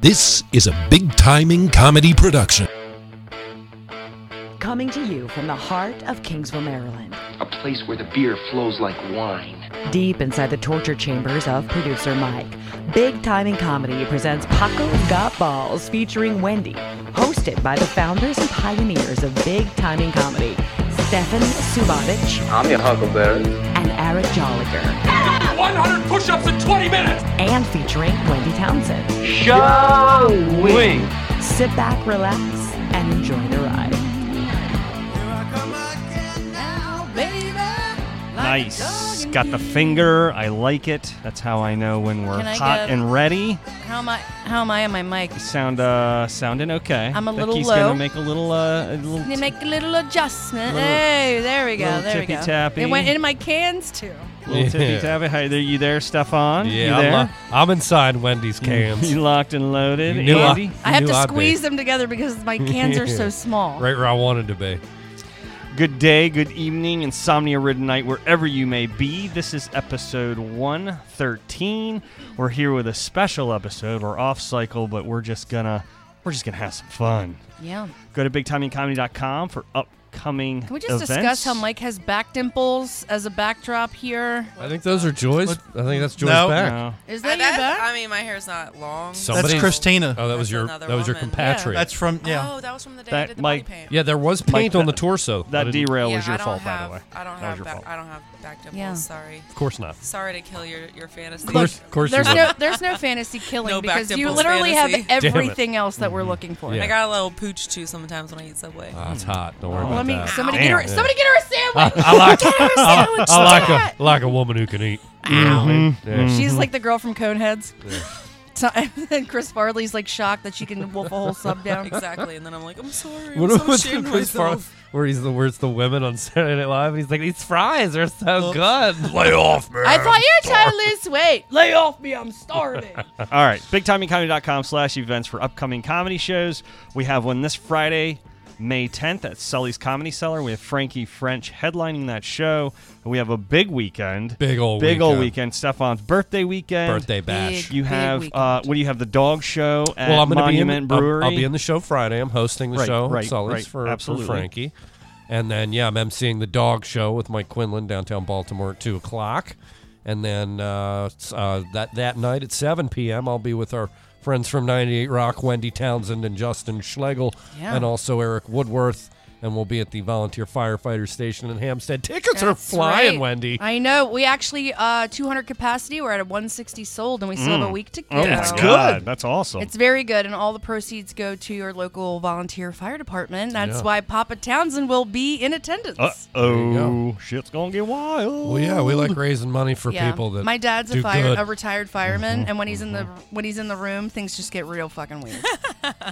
This is a big timing comedy production. Coming to you from the heart of Kingsville, Maryland, a place where the beer flows like wine. deep inside the torture chambers of producer Mike, Big Timing Comedy presents Paco Got Balls featuring Wendy, hosted by the founders and pioneers of Big Timing Comedy, Stefan Subotic I'm your huckleberry. and Eric Jolliger, 100 push-ups in 20 minutes. and featuring Wendy Townsend. Shall we? Sit back, relax, and enjoy the ride. Nice. Got the finger. I like it. That's how I know when we're Can I hot get- and ready. How am I? How am I on my mic? Sound uh sounding okay. I'm a little Becky's low. gonna make a little uh a little They make a little adjustment. Little- hey, there we go. little There we go. tippy-tappy. It went in my cans too. little tippy Yeah. tappy. Hey there you there, Stefan? Yeah, you I'm, there? lo- I'm inside Wendy's cans. You locked and loaded. You knew I- Andy? I have knew to I'd be. squeeze them together because my cans are so small. right where I wanted to be. Good day, good evening, insomnia ridden night, wherever you may be. This is episode 113. We're here with a special episode. We're off cycle, but we're just gonna we're just gonna have some fun. Yeah. Go to bigtimingcomedy.com for upcoming Can we just events. discuss how Mike has back dimples as a backdrop here? I think those are Joy's. I think that's Joy's No. back. No. Is Uh, that your that- back? I mean, my hair's not long. Somebody- That's Christina. Oh, that was That's your that another was your woman. compatriot. That's from yeah. Oh, that was from the day That I did the might- body paint. yeah, there was paint Mike, on the that- torso. I That didn't- derail Yeah, was your I don't fault, have, by the way. I don't that was have your back, fault. I don't have back dimples. Yeah. Sorry. Of course not. Sorry to kill your your fantasy. Of course, of course you There's would. no, there's no fantasy killing No back because you dimples literally fantasy. have it. Mm-hmm. everything else that we're looking for. Yeah. I got a little pooch too sometimes when I eat Subway. Ah, it's hot. Don't worry about Let me, that. somebody Damn. get her, somebody get her a sandwich. I like I, I like a like a woman who can eat. Yeah. She's like the girl from Coneheads. So- and Chris Farley's like shocked that she can wolf a whole sub down. exactly. And then I'm like, I'm sorry. What I'm so was ashamed the of Chris Farley- myself. where he's the where's the women on Saturday Night Live and he's like these fries are so good. Lay off, man. I thought you were trying to lose weight. Lay off me, I'm starving. All right, bigtimingcomedy.com slash events for upcoming comedy shows. We have one this Friday, May 10th at Sully's Comedy Cellar. We have Frankie French headlining that show. We have a big weekend. Big ol' Big old weekend. weekend. Stefan's birthday weekend. Birthday bash. You Big have, weekend. uh, what do you have? The dog show at well, I'm gonna Monument be in, I'll- Brewery. I'll, be in the show Friday. I'm hosting the Right, show. right, Sully's right, for, absolutely. for Frankie. And then, yeah, I'm emceeing the dog show with Mike Quinlan downtown Baltimore at 2 o'clock. And then uh, s- uh, that, that night at 7 p.m., I'll be with our friends from 98 Rock, Wendy Townsend and Justin Schlegel, Yeah. and also Eric Woodworth. And we'll be at the volunteer firefighter station in Hampstead. Tickets are That's flying, right. Wendy. I know. We actually uh 200 capacity. We're at a 160 sold, and we still have Mm. a week to go. oh, That's my good. God. That's awesome. It's very good, and all the proceeds go to your local volunteer fire department. That's Yeah. why Papa Townsend will be in attendance. uh you oh, go. shit's going to get wild. well, yeah, we like raising money for people that my dad's do a fire, good. Mm-hmm. a retired fireman, and when he's in the when he's in the room, things just get real fucking weird.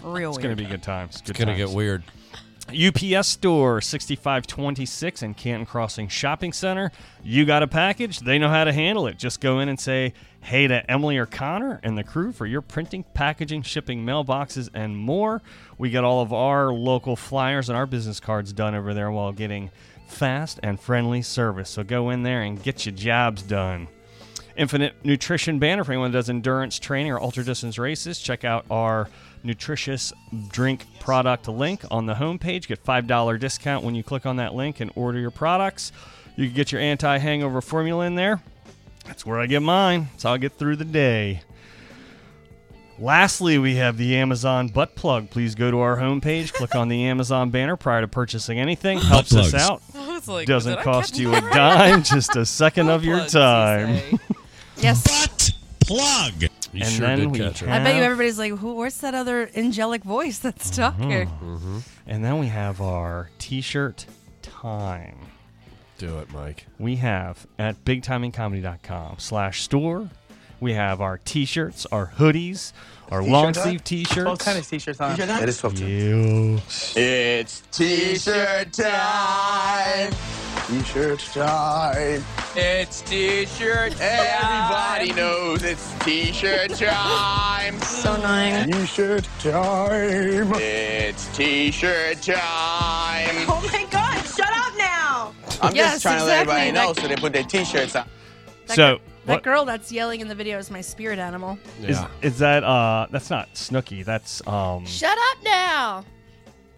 real It's weird. going to be good times. Good It's gonna times. get weird. UPS store, 6526 in Canton Crossing Shopping Center. You got a package, they know how to handle it. Just go in and say hey to Emily or Connor and the crew for your printing, packaging, shipping, mailboxes, and more. We got all of our local flyers and our business cards done over there while getting fast and friendly service. So go in there and get your jobs done. Infinite Nutrition banner for anyone that does endurance training or ultra distance races. Check out our nutritious drink product link on the homepage. Get $5 discount when you click on that link and order your products. You can get your anti hangover formula in there. That's where I get mine. That's how I get through the day. Lastly, we have the Amazon butt plug. Please go to our homepage, click on the Amazon banner prior to purchasing anything. Helps us plugs. out. I was like, did Doesn't I cost catch you a that? dime, just a second of your Plugs, you time. say. yes. Butt plug. You And sure then did we catch her. have- I bet you everybody's like, Who, where's that other angelic voice that's talking? And then we have our t shirt time. Do it, Mike. We have at bigtimingcomedy.com slash store. We have our t shirts, our hoodies, our long sleeve t shirts. t-shirts on? It's t-shirt time. T-shirt time. It's t-shirt. Everybody knows it's t-shirt time. So annoying. T-shirt time. It's t-shirt time. Oh my God! Shut up now. I'm Yes, just trying to exactly. let everybody know That- so they put their t-shirts on. So That What- That girl that's yelling in the video is my spirit animal. Is, is that uh? That's not Snooky. That's um. Shut up now.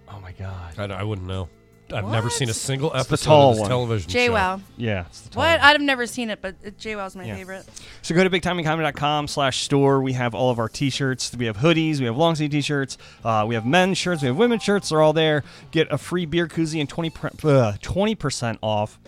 Oh my god. I, I wouldn't know. I've never seen a single It's the episode tall of this one. television show. JWoww. Yeah. it's the top. What? I've never seen it, but it- JWoww's my Yeah. favorite. So go to bigtimingcomedy.com slash store. We have all of our t-shirts. We have hoodies. We have long sleeve t-shirts. Uh, we have men's shirts. We have women's shirts. They're all there. Get a free beer koozie and 20 per, uh, 20% off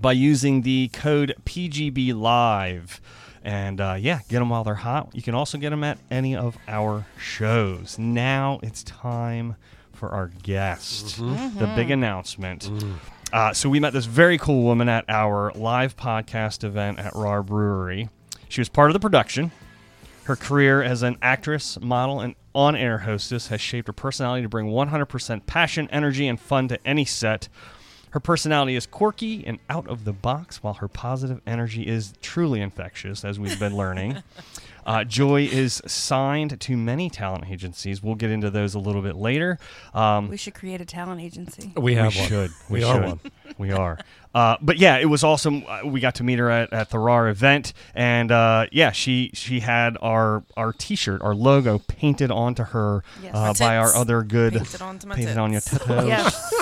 by using the code PGB Live. And uh, yeah, get them while they're hot. You can also get them at any of our shows. Now it's time for our guest, the big announcement. Uh, so we met this very cool woman at our live podcast event at Rar Brewery. She was part of the production. Her career as an actress, model, and on air hostess has shaped her personality to bring 100% passion, energy, and fun to any set. Her personality is quirky and out of the box, while her positive energy is truly infectious, as we've been learning. Uh, Joy is signed to many talent agencies. We'll get into those a little bit later. Um, We should create a talent agency. Oh, should. We We, are should. one. We are. Uh, but yeah, it was awesome. Uh, We got to meet her at, at the RAR event, and uh, yeah, she she had our our T-shirt, our logo painted onto her Yes. uh, My by our tits. other good Painted onto my painted on your tits. tittos. Yes.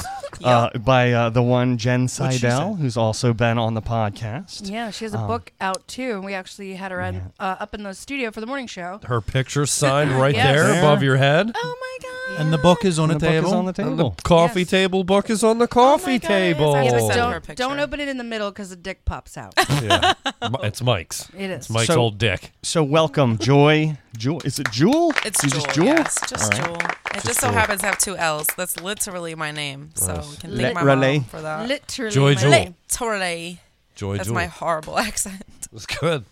Uh, by uh, the one Jen she Seidel, who's also been on the podcast. Yeah, she has a Um, book out too. We actually had her on, uh, up in the studio for the morning show. Her picture signed right Yes. there There. above your head. Oh my god! And the book is on a The book is table. on the And Oh. table. the coffee table book is on the coffee table. Yeah, but don't, don't open it in the middle because the dick pops out. Yeah. Mi- It's Mike's. It is. It's Mike's So- old dick. So welcome, Joy. Jewel, is it Jewel? It's You Jewel. Just Jewel. Yes, just All right. Jewel. It just, so Jewel. happens to have two L's. That's literally my name. So Nice. we can thank my Literally. mom for that. Literally Joy my Jewel. name. Literally. Joy That's Jewel. my horrible accent. It's good.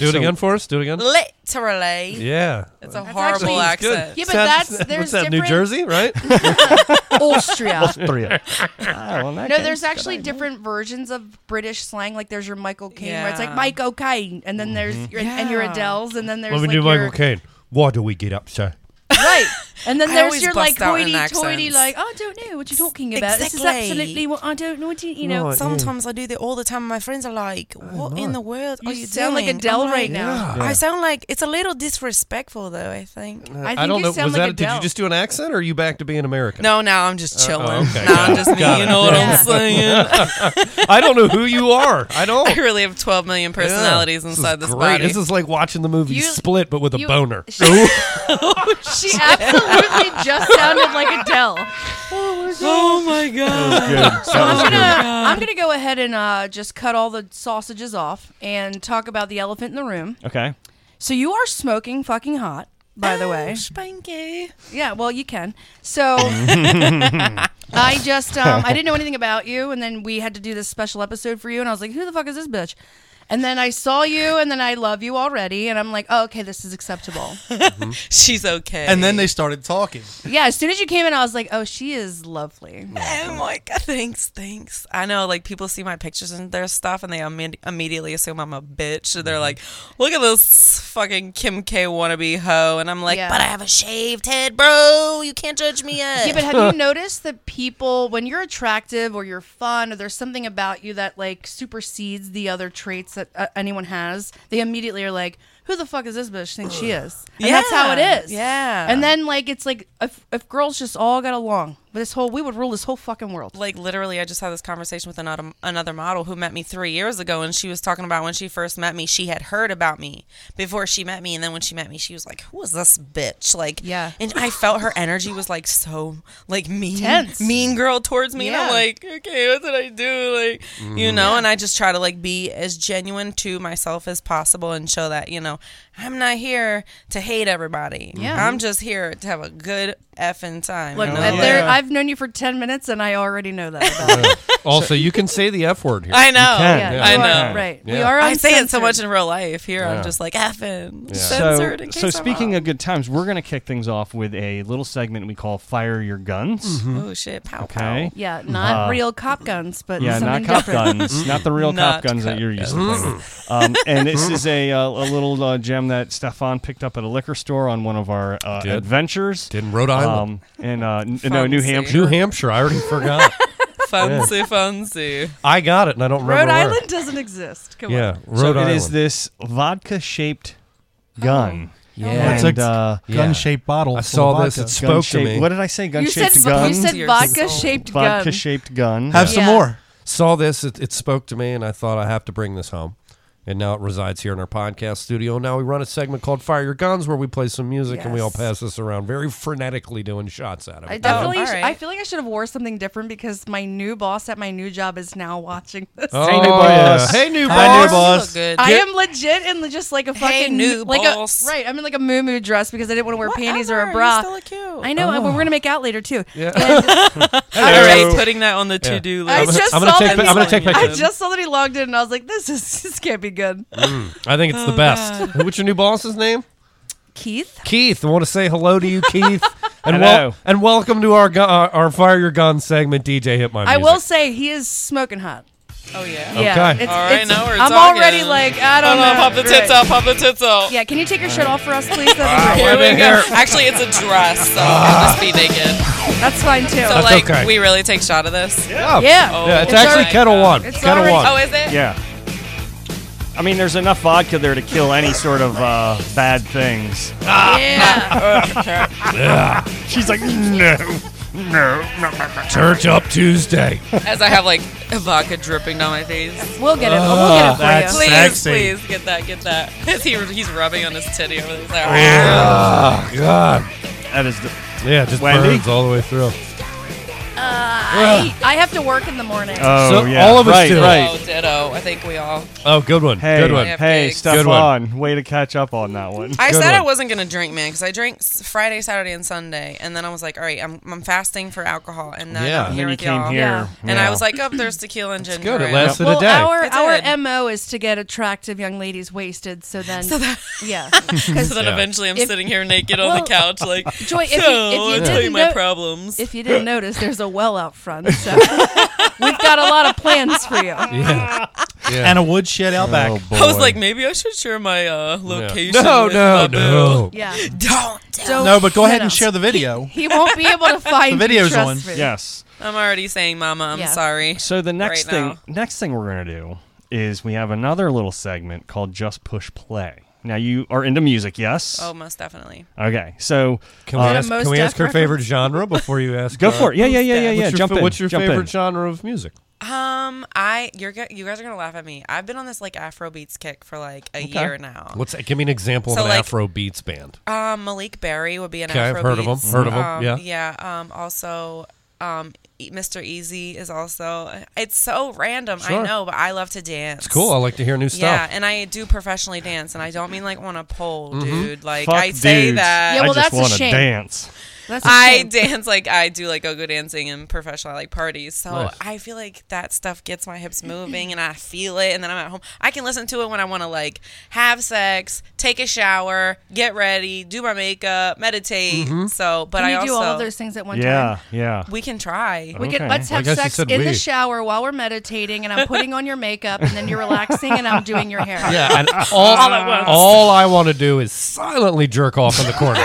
Do it So- again for us. Do it again. Literally. Yeah. It's a That's horrible actually- accent. Yeah, but Sounds- that's there's what's that? New different- Jersey, right? Austria. Austria. Ah, No, there's actually different versions of British slang. Like there's your Michael Caine, where it's like Yeah. Mike O'Kane, and then there's your, and your Yeah. Adele's, and then there's Let me like do your, Michael Caine. Why do we get up, sir? right, and then I there's always your like bust out in hoity-toity, accents. like "Oh, I don't know what you're talking about. This is Exactly. absolutely what I don't know. What you, you know, Right. Sometimes I do that all the time. My friends are like, "What in the world You are you sound like doing?" Adele I'm right like- now. Yeah. Uh, I sound like it's a little disrespectful, though. I think. I think don't you know. sound was like that? Did you Adele. just do an accent, or are you back to being American? No, now I'm just chilling. oh, okay, now got it, I'm just me. got You it. know what Yeah. I'm saying? I don't know who you are. I don't. I really have 12 million personalities Yeah. inside this this, is great. body. This is like watching the movie You- Split, but with a you- boner. She, she absolutely just sounded like Adele. oh my god! So I'm gonna I'm gonna go ahead and uh, just cut all the sausages off and talk about the elephant in the room. Okay. So you are smoking fucking hot, by the way. Spanky. Yeah, well, you can. So I just um, I didn't know anything about you, and then we had to do this special episode for you, and I was like, who the fuck is this bitch? And then I saw you, and then I love you already, and I'm like, oh, okay, this is acceptable. She's okay. And then they started talking. yeah, as soon as you came in, I was like, oh, she is lovely. Oh my god! Thanks, thanks. I know, like people see my pictures and their stuff, and they imme- immediately assume I'm a bitch. And Mm-hmm. they're like, "Look at this fucking Kim K wannabe hoe," and I'm like, Yeah. "But I have a shaved head, bro. You can't judge me yet." Yeah, but have you noticed that people, when you're attractive or you're fun or there's something about you that like supersedes the other traits that uh, anyone has, they immediately are like, "Who the fuck is this bitch?" Think she is, and that's how Yeah, it is. yeah. And then like it's like if if girls just all got along, this whole we would rule this whole fucking world. like literally i just had this conversation with another another model who met me three years ago and she was talking about when she first met me she had heard about me before she met me and then when she met me she was like who is this bitch like Yeah. and i felt her energy was like so like mean Tense. mean girl towards me and i'm Yeah. like okay what did i do like Mm-hmm. you know and i just try to like be as genuine to myself as possible and show that you know i'm not here to hate everybody Yeah. i'm just here to have a good effing time Look, you know? if Like- there, I've known you for ten minutes and I already know that. About you. also, you can say the F word here. i know can. Yeah, Yeah. I you are- know. right? We Yeah. are. I say it so much in uncensored. real life. Here, Yeah. I'm just like So, effing censored. in so case I'm speaking wrong. of good times, we're going to kick things off with a little segment we call Fire Your Guns. Mm-hmm. oh shit, pow Okay. Yeah, not Uh, real cop guns, but Yeah, something not cop different. guns, not the real cop Not guns that cop you're used to. playing with. Um, and this is a, uh, a little uh, gem that Stefan picked up at a liquor store on one of our uh, Did. adventures. Did in Rhode Island. Um, in uh, n- no, New Fancy. Hampshire. New Hampshire. I already forgot. Fancy, fancy. I got it, and I don't remember Rhode where. Island doesn't exist. Come Yeah, on. Rhode so it is Island. this vodka-shaped gun. Yeah. It's a and, uh, gun-shaped bottle I full saw of this. It vodka. spoke to Gun-shaped- me. what did I say? You said Gun-shaped vo- gun. you said vodka-shaped gun. Vodka-shaped gun. Have some Yeah. more. Saw this. It, it spoke to me, and I thought I have to bring this home. And now it resides here in our podcast studio. Now we run a segment called "Fire Your Guns," where we play some music and we all Yes. pass this around very frenetically, doing shots at it. I definitely. all sh- right. I feel like I should have wore something different because my new boss at my new job is now watching this. Oh, Hey, new yeah. boss. Hey, new boss. Hi, new You boss. look good. I am legit in just like a fucking new like boss. A, right, I'm in like a moo dress because I didn't want to wear panties or Whatever, a you bra. still look cute. I know, and we're gonna make out later too. Oh. Yeah. All right, putting that on the Yeah. to-do I list. just I'm gonna saw take that pi- I'm gonna take he- I pictures. just saw that he logged in, and I was like, "This is this can't be good." I think Oh, it's the best. What's your new boss's name? Keith, Keith. I want to say hello to you, Keith, and Hello. wel- and welcome to our gu- our our Fire Your Gun segment. DJ hit my. I Music. will say he is smoking hot. oh yeah. Yeah, Okay. it's- All right, it's- now we're I'm talking. already like, I don't Hold know. on, pop the tits Right. out, pop the tits out. Yeah, can you take your shirt off for us, please? That'd be Here great. we go. Actually, it's a dress, so I'll just be naked. That's fine too. So, like, okay. we really take shot of this? Yeah. yeah. Oh. Yeah, it's, It's actually already- Kettle One. it's Kettle already- One. Oh, is it? Yeah. I mean, there's enough vodka there to kill any sort of uh, bad things. Yeah. She's like, no, no, no. Oh. Church up Tuesday. As I have, like, vodka dripping down my face. We'll get it. we'll get Ah, it for that's- you. Please, Sexy. please, get that, get that. he, he's rubbing on his titty over there. He's like, Oh, God. That is the. Yeah, it just Wendy? burns all the way through. I, I have to work in the morning. Oh So yeah, all of us right, do. Right. Oh, ditto. I think we all. Oh, good one. Hey, Good one. Yeah. hey, Good Stefan, way to catch up on that one. I Good said I one. wasn't gonna drink, man, because I drank s- Friday, Saturday, and Sunday, and then I was like, all right, I'm, I'm fasting for alcohol, and then Yeah. I'm And here Then you with came y'all. here, Yeah. And I was like, oh, there's tequila and ginger. Good. It ale." lasted well, a day. our It's our good. mo is to get attractive young ladies wasted. So then, So that- yeah. So then Yeah. eventually I'm If- sitting here naked on Well, the couch, like, Joy, if you- so if you I'll tell didn't you my know- problems. If you didn't notice, there's a well out front. So we've got a lot of plans for you. Yeah. Yeah. And a woodshed out back. I was like, maybe I should share my uh, location. No, with no, my no. Yeah. boo. Don't. do Don't no, but go ahead hit and us. share the video. He won't be able to find The video's you, trust on. me. yes. I'm already saying, Mama, I'm Yeah. sorry. So the next Right thing, now. next thing we're gonna do is we have another little segment called Just Push Play. Now you are into music, yes? Oh, most definitely. Okay, so Can we Uh, ask, Most can we Def ask her reference? favorite genre before you ask? go uh, for it. Yeah, yeah, yeah, yeah, What's yeah. What's your, jump fa- in. what's your jump favorite in. genre of music? Um, I you're go- you guys are gonna laugh at me. I've been on this like Afrobeats kick for like a year now. What's give me an example So, of an like- Afro beats band? Um, Malik Berry would be an Okay, I've Afrobeats. heard of him, heard of him, Um, yeah. yeah. Um, also, um, E- Mr. Easy is also. It's so random. Sure. I know, but I love to dance. It's cool. I like to hear new Yeah, stuff. Mm-hmm. and I do professionally dance, and I don't mean like on a pole, dude. Like Fuck I say dudes. that. Yeah, well, I just that's a wanna shame. dance. That's a I shame. dance like I do like go go dancing and professional like parties. So Nice. I feel like that stuff gets my hips moving and I feel it and then I'm at home. I can listen to it when I want to like have sex, take a shower, get ready, do my makeup, meditate. Mm-hmm. So, but Can I you also do all of those things at one time? Yeah, yeah. we can try. We Okay. can let's I have guess you sex said in we. the shower while we're meditating, and I'm putting on your makeup, and then you're relaxing, and I'm doing your hair. Yeah, and all, all I want to do is silently jerk off in the corner,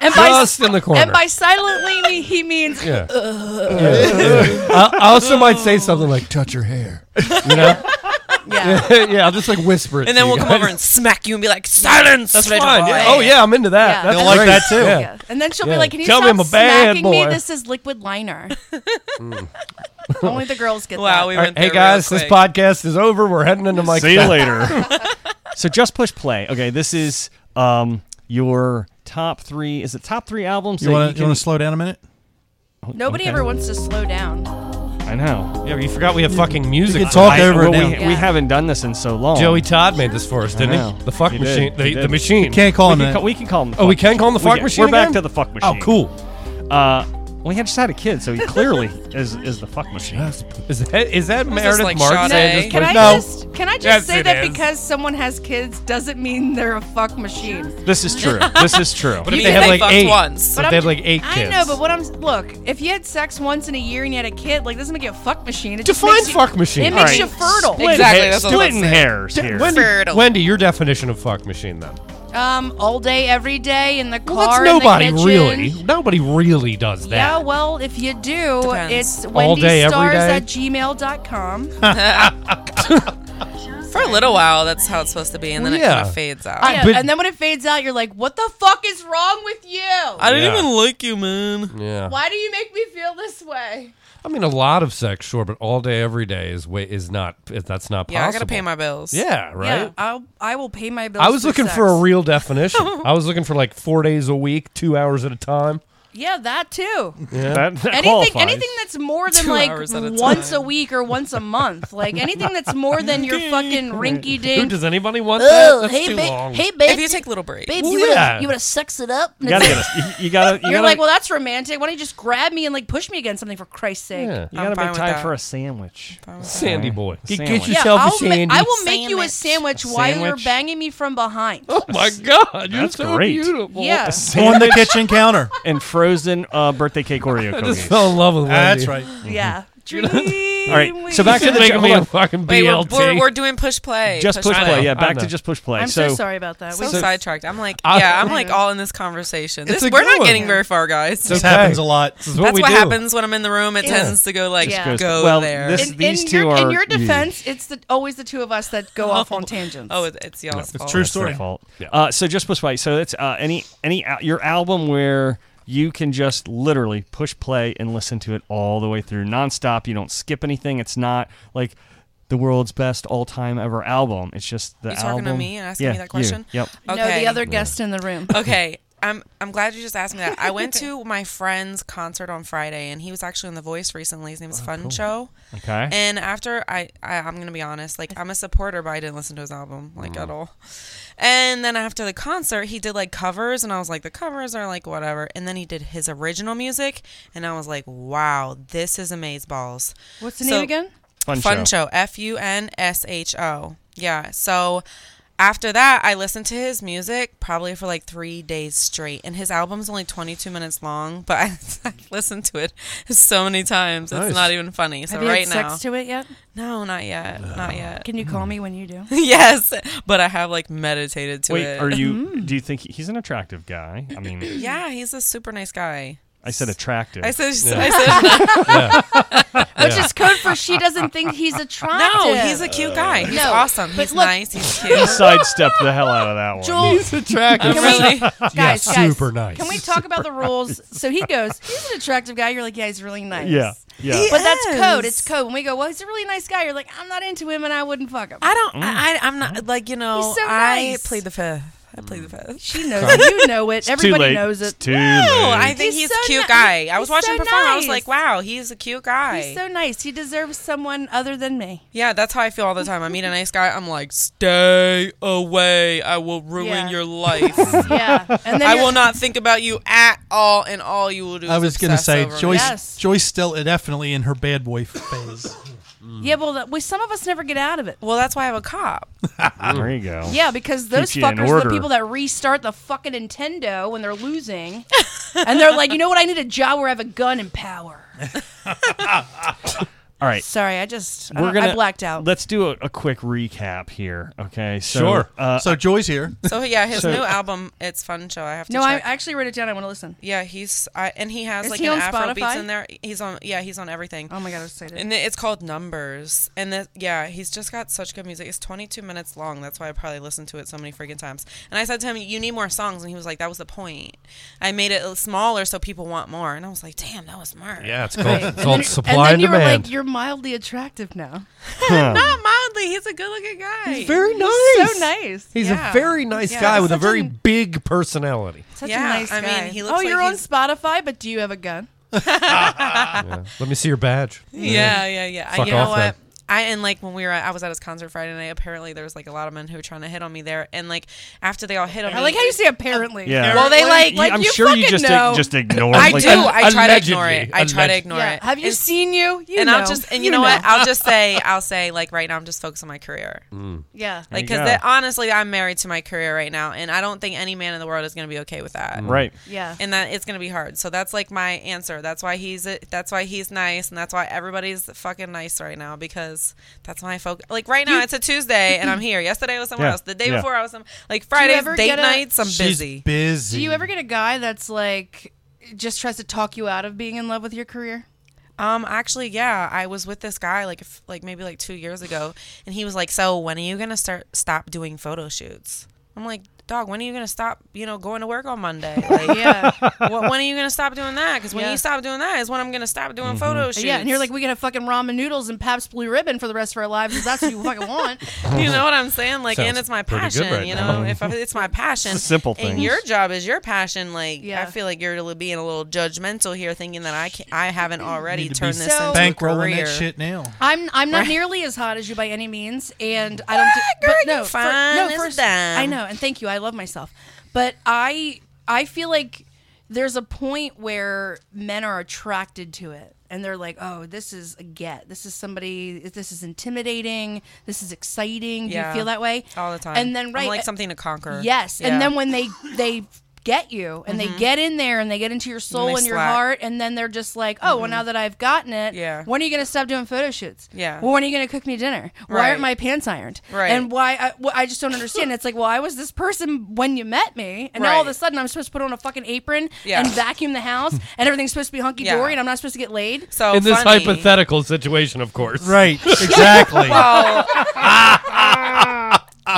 And by just in the corner. and by silently he means Yeah. Yeah. I, I also might say something like "touch your hair," you know. yeah. yeah, I'll just like whisper it. and to then you we'll come guys. over and smack you and be like, silence. That's fine. Yeah. Oh yeah, I'm into that. Yeah. That's They'll like great. that, too. Yeah. Yeah. And then she'll Yeah. be like, "Can you Tell me stop I'm a bad smacking me? boy." Hmm. This is liquid liner." Only the girls get Wow, that. we All right, went hey there real guys, this quick. podcast is over. We're heading into my. See you later. so just push play. Okay, this is um your top three. Is it top three albums? You that want to can- slow down a minute? Nobody Okay. ever wants to slow down. I know. Yeah, you forgot we have fucking music. You can talk on. I- over it well, now. we, we Yeah. haven't done this in so long. Joey Todd made this for us, I didn't know. he? The fuck He did. machine. He The, the did. machine. Can't call We him can, that. call, we can call him. The Oh, we fuck can call him the fuck we machine We're back again? to the fuck machine. oh, cool. Uh, well, he had just had a kid, so he clearly is is the fuck machine. Is that is that this, Meredith like, Marks? Sade? saying just Can push- Can I no. just can I just Yes, say it that is. because someone has kids doesn't mean they're a fuck machine. This is true. This is true. But if You they mean have they like fucked eight, once. But But they I'm have like eight I kids. know, but what I'm look, if you had sex once in a year and you had a kid, like doesn't make you a fuck machine. It just Define makes you- fuck machine. It All makes right. you fertile. Exactly, that's what I'm Splitting hairs here. Fertile. Wendy, your definition of fuck machine then? Um, all day, every day in the car. Well, that's nobody in the kitchen. really. Nobody really does Yeah, that. well, if you do, it's All day, every wendy.stars day? at gmail.com. For a little while, that's how it's supposed to be, and then Well, it kind yeah. of fades out. yeah, and then when it fades out, you're like, what the fuck is wrong with you? I didn't Yeah. even like you, man. Yeah. Why do you make me feel this way? I mean, a lot of sex, sure, but all day, every day is way is not. That's not possible. Yeah, I gotta pay my bills. Yeah, right. Yeah, I'll, I will pay my bills. I was looking sex. for a real definition. I was looking for like four days a week, two hours at a time. Yeah, that too. That- Yeah. that anything, qualifies. anything that's more than Two like hours at a once a time. week or once a month, like anything that's more than your fucking rinky Dude, dink. does anybody want Oh, that? That's hey, too ba- long. hey, babe, If you take little breaks. babe, Well, you wanna yeah. you wanna sex it up? You gotta get a, you, you gotta you are gotta like, well, that's romantic. Why don't you just grab me and like push me against something for Christ's sake? Yeah. you I'm gotta fine make with time that. for a sandwich. Sandy boy. Get- get Yeah, yourself I'll ma- I will make you a Sandwich. sandwich, while you're Sandwich. banging me from behind. Oh my God, you're That's so great. beautiful. Yeah. A on the sandwich kitchen counter. and frozen uh, birthday cake Oreo I cookies. just fell in love with Wendy. That's right. Yeah. Dream All right, so back to She's the making hold me a on. fucking Wait, we're, BLT. we're, we're doing push play. just push I play. know, Yeah, I back to know. just push play. I'm so, sorry about that. So We- sidetracked. I'm like, I- yeah, I'm like all in this conversation. It's This, a we're good not getting one. very far, guys. This okay. happens a lot. This is That's we what do. happens when I'm in the room. It Yeah. tends to go like, Just goes- go well, there. this- in, These in two your, in are your you. defense, it's the, always the two of us that go off on tangents. oh, it- it's y'all's fault. true. That's their story. fault. Uh, so just push play. So that's uh, any any al- your album where you can just literally push play and listen to it all the way through nonstop. You don't skip anything. It's not like the world's best all time ever album. It's just the You album. talking to me and asking yeah, me that question? You. Yep. Okay. Uh, no, the other guest in the room. okay. I'm I'm glad you just asked me that. I went to my friend's concert on Friday, and he was actually in The Voice recently. His name is Fun Show. Okay. And after I, I, I'm gonna be honest, like I'm a supporter, but I didn't listen to his album like at all. And then after the concert, he did like covers, and I was like, the covers are like whatever. And then he did his original music, and I was like, wow, this is amazeballs. balls. What's the So- name again? Fun, Fun show. F U N S H O. Yeah. So after that, I listened to his music probably for like three days straight. And his album's only 22 minutes long, but I, I listened to it so many times. Nice. It's not even funny. So Have you right had now. sex to it yet? no, not yet. Not yet. Can you call me when you do? yes. But I have like meditated to Wait, it. are you? Mm-hmm. Do you think he- he's an attractive guy? I mean, yeah, he's a super nice guy. I said attractive. I said, I said, Which is code for she doesn't think he's attractive. no, he's a cute guy. He's No, awesome. but He's look- nice. He's cute. sidestepped the hell out of that one. Joel. He's attractive. Can we- really? guys, Yeah, guys, super nice. Can we talk about the rules? So he goes, he's an attractive guy. You're like, yeah, he's really nice. Yeah. Yeah. He But that's is. code. It's code. When we go, well, he's a really nice guy. You're like, I'm not into him, and I wouldn't fuck him. I don't. I, I, I'm not like you know. Mm-hmm. He's so I nice. played the fifth. I played the fifth. she knows. it. You know it. It's too Everybody late. knows It's it. too No, late. I think He's he's, so a cute ni- guy. I was he's watching so him perform. I was nice. like, wow, he's a cute guy. He's so nice. He deserves someone other than me. yeah, that's how I feel all the time. I meet a nice guy. I'm like, stay away. I will ruin Yeah. your life. Yeah. And then I you're- will not think about you at all, and all you will do. I is was gonna obsess say over me. Joyce. Yes. Joyce still definitely in her bad boy phase. Yeah, well, that- we, some of us never get out of it. Well, that's why I have a cop. there you go. Yeah, because those Keeps you in fuckers are order. the people that restart the fucking Nintendo when they're losing, and they're like, you know what? I need a job where I have a gun and power. All right. Sorry, I just I, We're don't- I gonna blacked out. Let's do a, a quick recap here. Okay. So, Sure. Uh, so Joy's here. So yeah, his new album, it's fun show. I have to. No, I I check. actually wrote it down. I want to listen. Yeah, he's I, and he has Is like he an on Afro beats Spotify? in there. He's on yeah, he's on everything. Oh my god, I was excited. And it- it's called Numbers. And the, yeah, he's just got such good music. It's 22 minutes long. That's why I probably listened to it so many freaking times. And I said to him, You need more songs. And he was like, That was the point. I made it smaller so people want more. And I was like, Damn, that was smart. Yeah, it's called, it's called supply and then and you were demand. like, you're mildly attractive now. Not mildly. He's a good looking guy. He's very nice. So nice. He's Yeah. a very nice Yeah. guy with a Such very a- big personality. Such Yeah, a nice I mean, guy. he oh, looks like you're on he's- Spotify, but do you have a gun? Let me see your badge. Yeah, yeah, yeah. I Fuck you know off, what? then. I and like when we were, at, I was at his concert Friday night. Apparently, there was like a lot of men who were trying to hit on me there. And like after they all hit on I me, like how you say apparently. Yeah. Well, they like, You- like I'm you sure you fucking just know. just ignore. I like, do. I try to ignore it. allegedly. I try to Alleged- ignore Yeah. it. Have you It's- seen you? you and know. I'll just and you, know, what? I'll just say I'll say like right now I'm just focused on my career. Yeah. Like you go. because honestly I'm married to my career right now, and I don't think any man in the world is going to be okay with that. Right. Yeah. And that it's going to be hard. So that's like my answer. That's why he's that's why he's nice, and that's why everybody's fucking nice right now because because that's my focus. Like right now, it's a Tuesday and I'm here. Yesterday I was somewhere Yeah, else. The day yeah. before I was some like Do you Fridays, ever date get a- nights. I'm She's busy. busy. Do you ever get a guy that's like just tries to talk you out of being in love with your career? Um, actually, yeah, I was with this guy like f- like maybe like two years ago, and he was like, "So when are you gonna start stop doing photo shoots?" I'm like, "Dog, when are you gonna stop? You know, going to work on Monday? Like, Yeah. wh- when are you gonna stop doing that? Because when Yeah. Mm-hmm. you stop doing that is when I'm gonna stop doing photo shoots. Yeah, and you're like, we can have fucking ramen noodles and Pabst Blue Ribbon for the rest of our lives because that's what you fucking want. you know what I'm saying? Like, and Sounds it's my pretty good passion. right you now. know, if I, it's my passion, It's a simple And thing. your job is your passion. Like, I Yeah. feel like you're li- being a little judgmental here, thinking that I can I haven't already Need to be turned this so- into a bankrolling that career. shit now. I'm I'm not Right. nearly as hot as you by any means, and I don't. Do, but no, fir- fine no, as first, dime. I know, and thank you. I love myself, but I I feel like there's a point where men are attracted to it, and they're like, oh, this is a get. This is somebody. This is intimidating. This is exciting. Do Yeah. you feel that way all the time? And then right, I'm like uh, something to conquer. Yes, Yeah. and then when they they get you and Mhm. they get in there and they get into your soul they and, your slack. heart, and then they're just like, oh, well, Mhm. now that I've gotten it, Yeah. when are you gonna stop doing photo shoots? Yeah. Well, when are you gonna cook me dinner? Why Right. aren't my pants ironed? Right. And why? I, well, I just don't understand. It's like, well, I was this person when you met me, and now all of a Right. sudden I'm supposed to put on a fucking apron Yeah. and vacuum the house, and everything's supposed to be hunky dory, Yeah. and I'm not supposed to get laid. So in this funny. hypothetical situation, of course. Right, exactly. Well,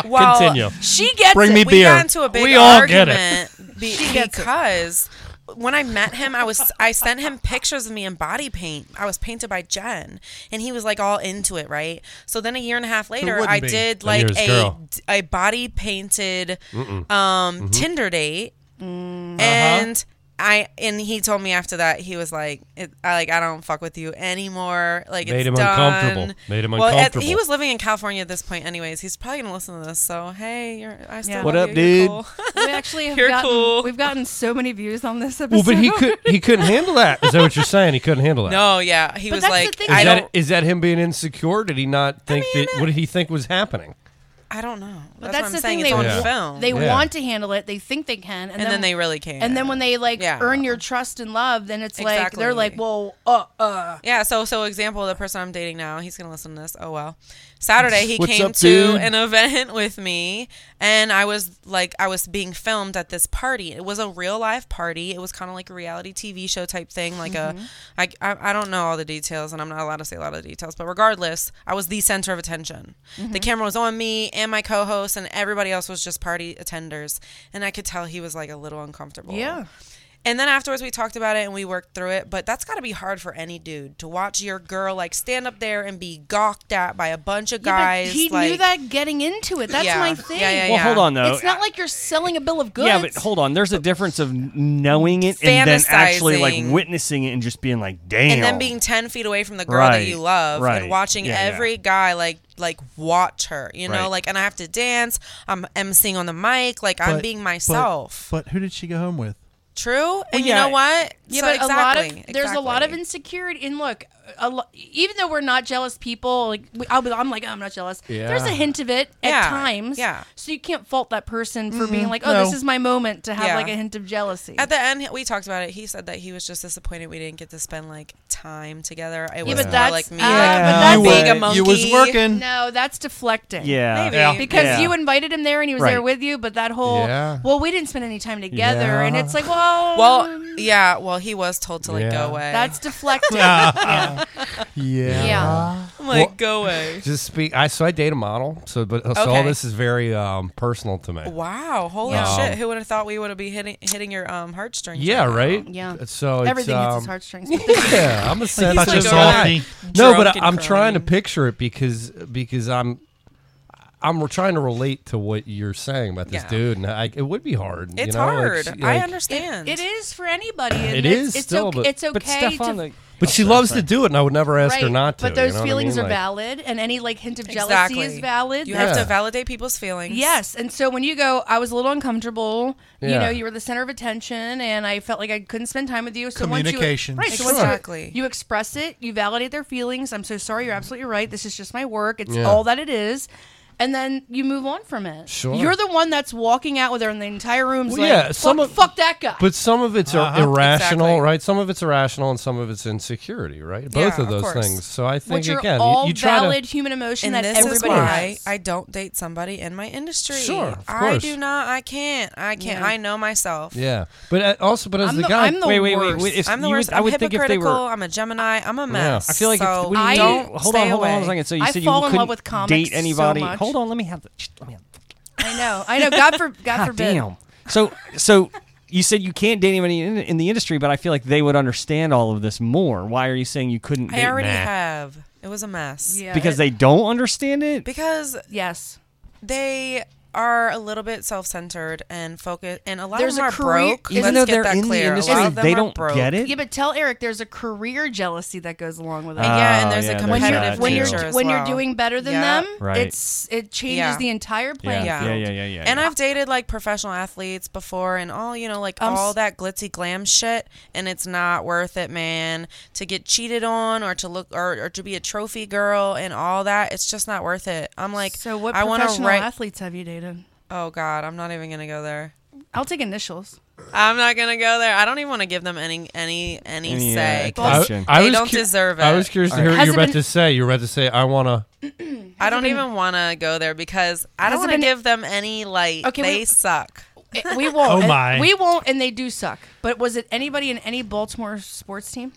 well, Continue. Oh, She gets Bring it. me we beer. got into a big We all get argument it. be- because when I met him, I was I sent him pictures of me in body paint. I was painted by Jen, and he was like all into it, right? So then a year and a half later, wouldn't I be? did Then you're like his a girl. a body painted um, Mm-mm. Mm-hmm. Mhm. Tinder date, Mm. Uh-huh. and. I and he told me after that he was like it, I like I don't fuck with you anymore like Made it's him done. uncomfortable. Made him well, at- uncomfortable. he was living in California at this point anyways he's probably gonna listen to this so hey you're I still Yeah. love What up, you. dude? You're cool. we actually have You're gotten, cool. we've gotten so many views on this Well, episode. but he could he couldn't handle that. Is that what you're saying? He couldn't handle that. No, yeah, he But was that's the like, thing. Is I that- don't, is that him being insecure? Did he not think that? What did he think was happening? I don't know. But that's, that's, what the I'm thing saying. they it's on Yeah. film. They Yeah. want to handle it. They think they can, and, And then they really can't. And then when they like Yeah. earn your trust and love, then it's like Exactly. they're like, well, uh, uh. yeah. So, so example, the person I'm dating now, he's gonna listen to this. Oh well. Saturday, he What's came up, to dude? an event with me, and I was like, I was being filmed at this party. It was a real live party. It was kind of like a reality TV show type thing. Like Mhm. a, I, I, I don't know all the details, and I'm not allowed to say a lot of the details. But regardless, I was the center of attention. The Mhm. camera was on me and my co-host, and everybody else was just party attenders. And I could tell he was like a little uncomfortable. Yeah. And then afterwards, we talked about it and we worked through it. But that's got to be hard for any dude to watch your girl like stand up there and be gawked at by a bunch of Yeah, but guys. he knew like- that getting into it. That's Yeah. my thing. Yeah, yeah, Well, yeah. hold on, though. It's not like you're selling a bill of goods. Yeah, but hold on. There's a difference of n- knowing it and then actually like Fantasizing. witnessing it and just being like, "Damn." And then being ten feet away from the girl that Right, you love, right. and watching Yeah, yeah. every guy like like watch her, you know, Right. like and I have to dance. I'm emceeing on the mic, like I'm But- being but- myself. But, who did she go home with? True, and yeah. you know what? Yeah, So but a lot exactly, of there's a lot of exactly. insecurity. And look, a lo- even though we're not jealous people, like we, I'll be, I'm like, "Oh, I'm not jealous. There's Yeah. a hint of it at Yeah, times. yeah. So you can't fault that person for Mm-mm, being like, oh, no. this is my moment to have Yeah. like a hint of jealousy. At the end, we talked about it. He said that he was just disappointed we didn't get to spend like time together. It was but more that's- like me, ah, like, but being that's- a monkey. You was working. No, that's deflecting. Yeah. Maybe. Yeah. Because Yeah. you invited him there and he was there Right. with you, but that whole Yeah. well, we didn't spend any time together, and Yeah. it's like, well, Well, yeah. Well, he was told to like Yeah. go away. that's deflecting. Yeah. Yeah. Yeah. I'm like, go away. Just speak. I so I date a model. So, but so all Okay. this is very um, personal to me. Wow. Holy Yeah. shit. Who would have thought we would have been hitting hitting your um heartstrings? Yeah, right. Yeah. So it's, Everything hits his um, heartstrings. Yeah, I'm a He's sensitive like a guy. drunk No, but I, and I'm trying to crying. picture it because because I'm I'm trying to relate to what you're saying about this Yeah. dude, and I, it would be hard. you It's know, like, hard. she- I like- understand. it is for anybody. It and it's, is it's still, okay, but- it's okay But to Stefan, But she loves to do it, and I would never ask her Right, not to. But those you know what I feelings mean? are Like- valid, and any like hint of jealousy Exactly. is valid. You have Yeah. to validate people's feelings. Yes, and so when you go, I was a little uncomfortable. You Yeah. know, you were the center of attention, and I felt like I couldn't spend time with you. So Communication. once you, right? So once Exactly. you, you express it, you validate their feelings. I'm so sorry. You're absolutely right. This is just my work. It's Yeah. all that it is. and then you move on from it. Sure. You're the one that's walking out with her, and the entire room's Well, like, yeah, fuck, some of- fuck that guy. But some of it's are Uh-huh. irrational, Exactly. right? Some of it's irrational, and some of it's insecurity, right? Yeah, Both of those course. things. So I think Which are again, you- all you, try valid to. human emotion and that this everybody is why has. I don't date somebody in my industry. Sure, of I course. do not. I can't. I can't. Yeah. I know myself. Yeah, but uh, also, but as I'm the, the- guy, I'm the Wait, wait, wait, wait, worst. if I'm the you would- worst. I would I'm think if they were- hypocritical. I'm a Gemini. I'm a mess. I feel like so if, when you I don't hold stay on, hold on, hold on a away. second. So you I said fall you in couldn't love with comics date so anybody. much. Hold on, let me have the. shh, Let me have I know, I know. God, for, God, God forbid. damn. So so you said you can't date anybody in, in the industry, but I feel like they would understand all of this more. Why are you saying you couldn't? I date- already Nah. have. It was a mess. Yeah. Because they don't understand it. Because yes, they are a little bit self-centered and focused, and a lot There's of them a are career- broke. Even Let's though get they're that in the clear. industry, a lot of them they are don't broke. get it? Yeah, but tell Eric there's a career jealousy that goes along with it. And yeah, and Oh, there's a yeah, there's when you're that when too. you're as when you're well. doing better than Yeah. them, Right. it's it changes Yeah. the entire playing Yeah, field. yeah, yeah, yeah, yeah. and I've dated like professional athletes before and all, you know, like I'm s- all that glitzy glam shit and it's not worth it, man. To get cheated on or to look or, or to be a trophy girl and all that, it's just not worth it. I'm like So what I wanna professional write- athletes have you dated? Oh god, I'm not even going to go there. I'll take initials. I'm not going to go there. I don't even want to give them any any any, Any, uh, say. 'cause attention. they I- I don't cu- deserve it. I was curious to hear what Has you're it about been- to say. You're about to say, "I want to." I don't even want to go there because I Has it don't want to been- give them any like Okay, they we- suck. Eh, We won't. Oh and- my. We won't, and they do suck. But was it anybody in any Baltimore sports team?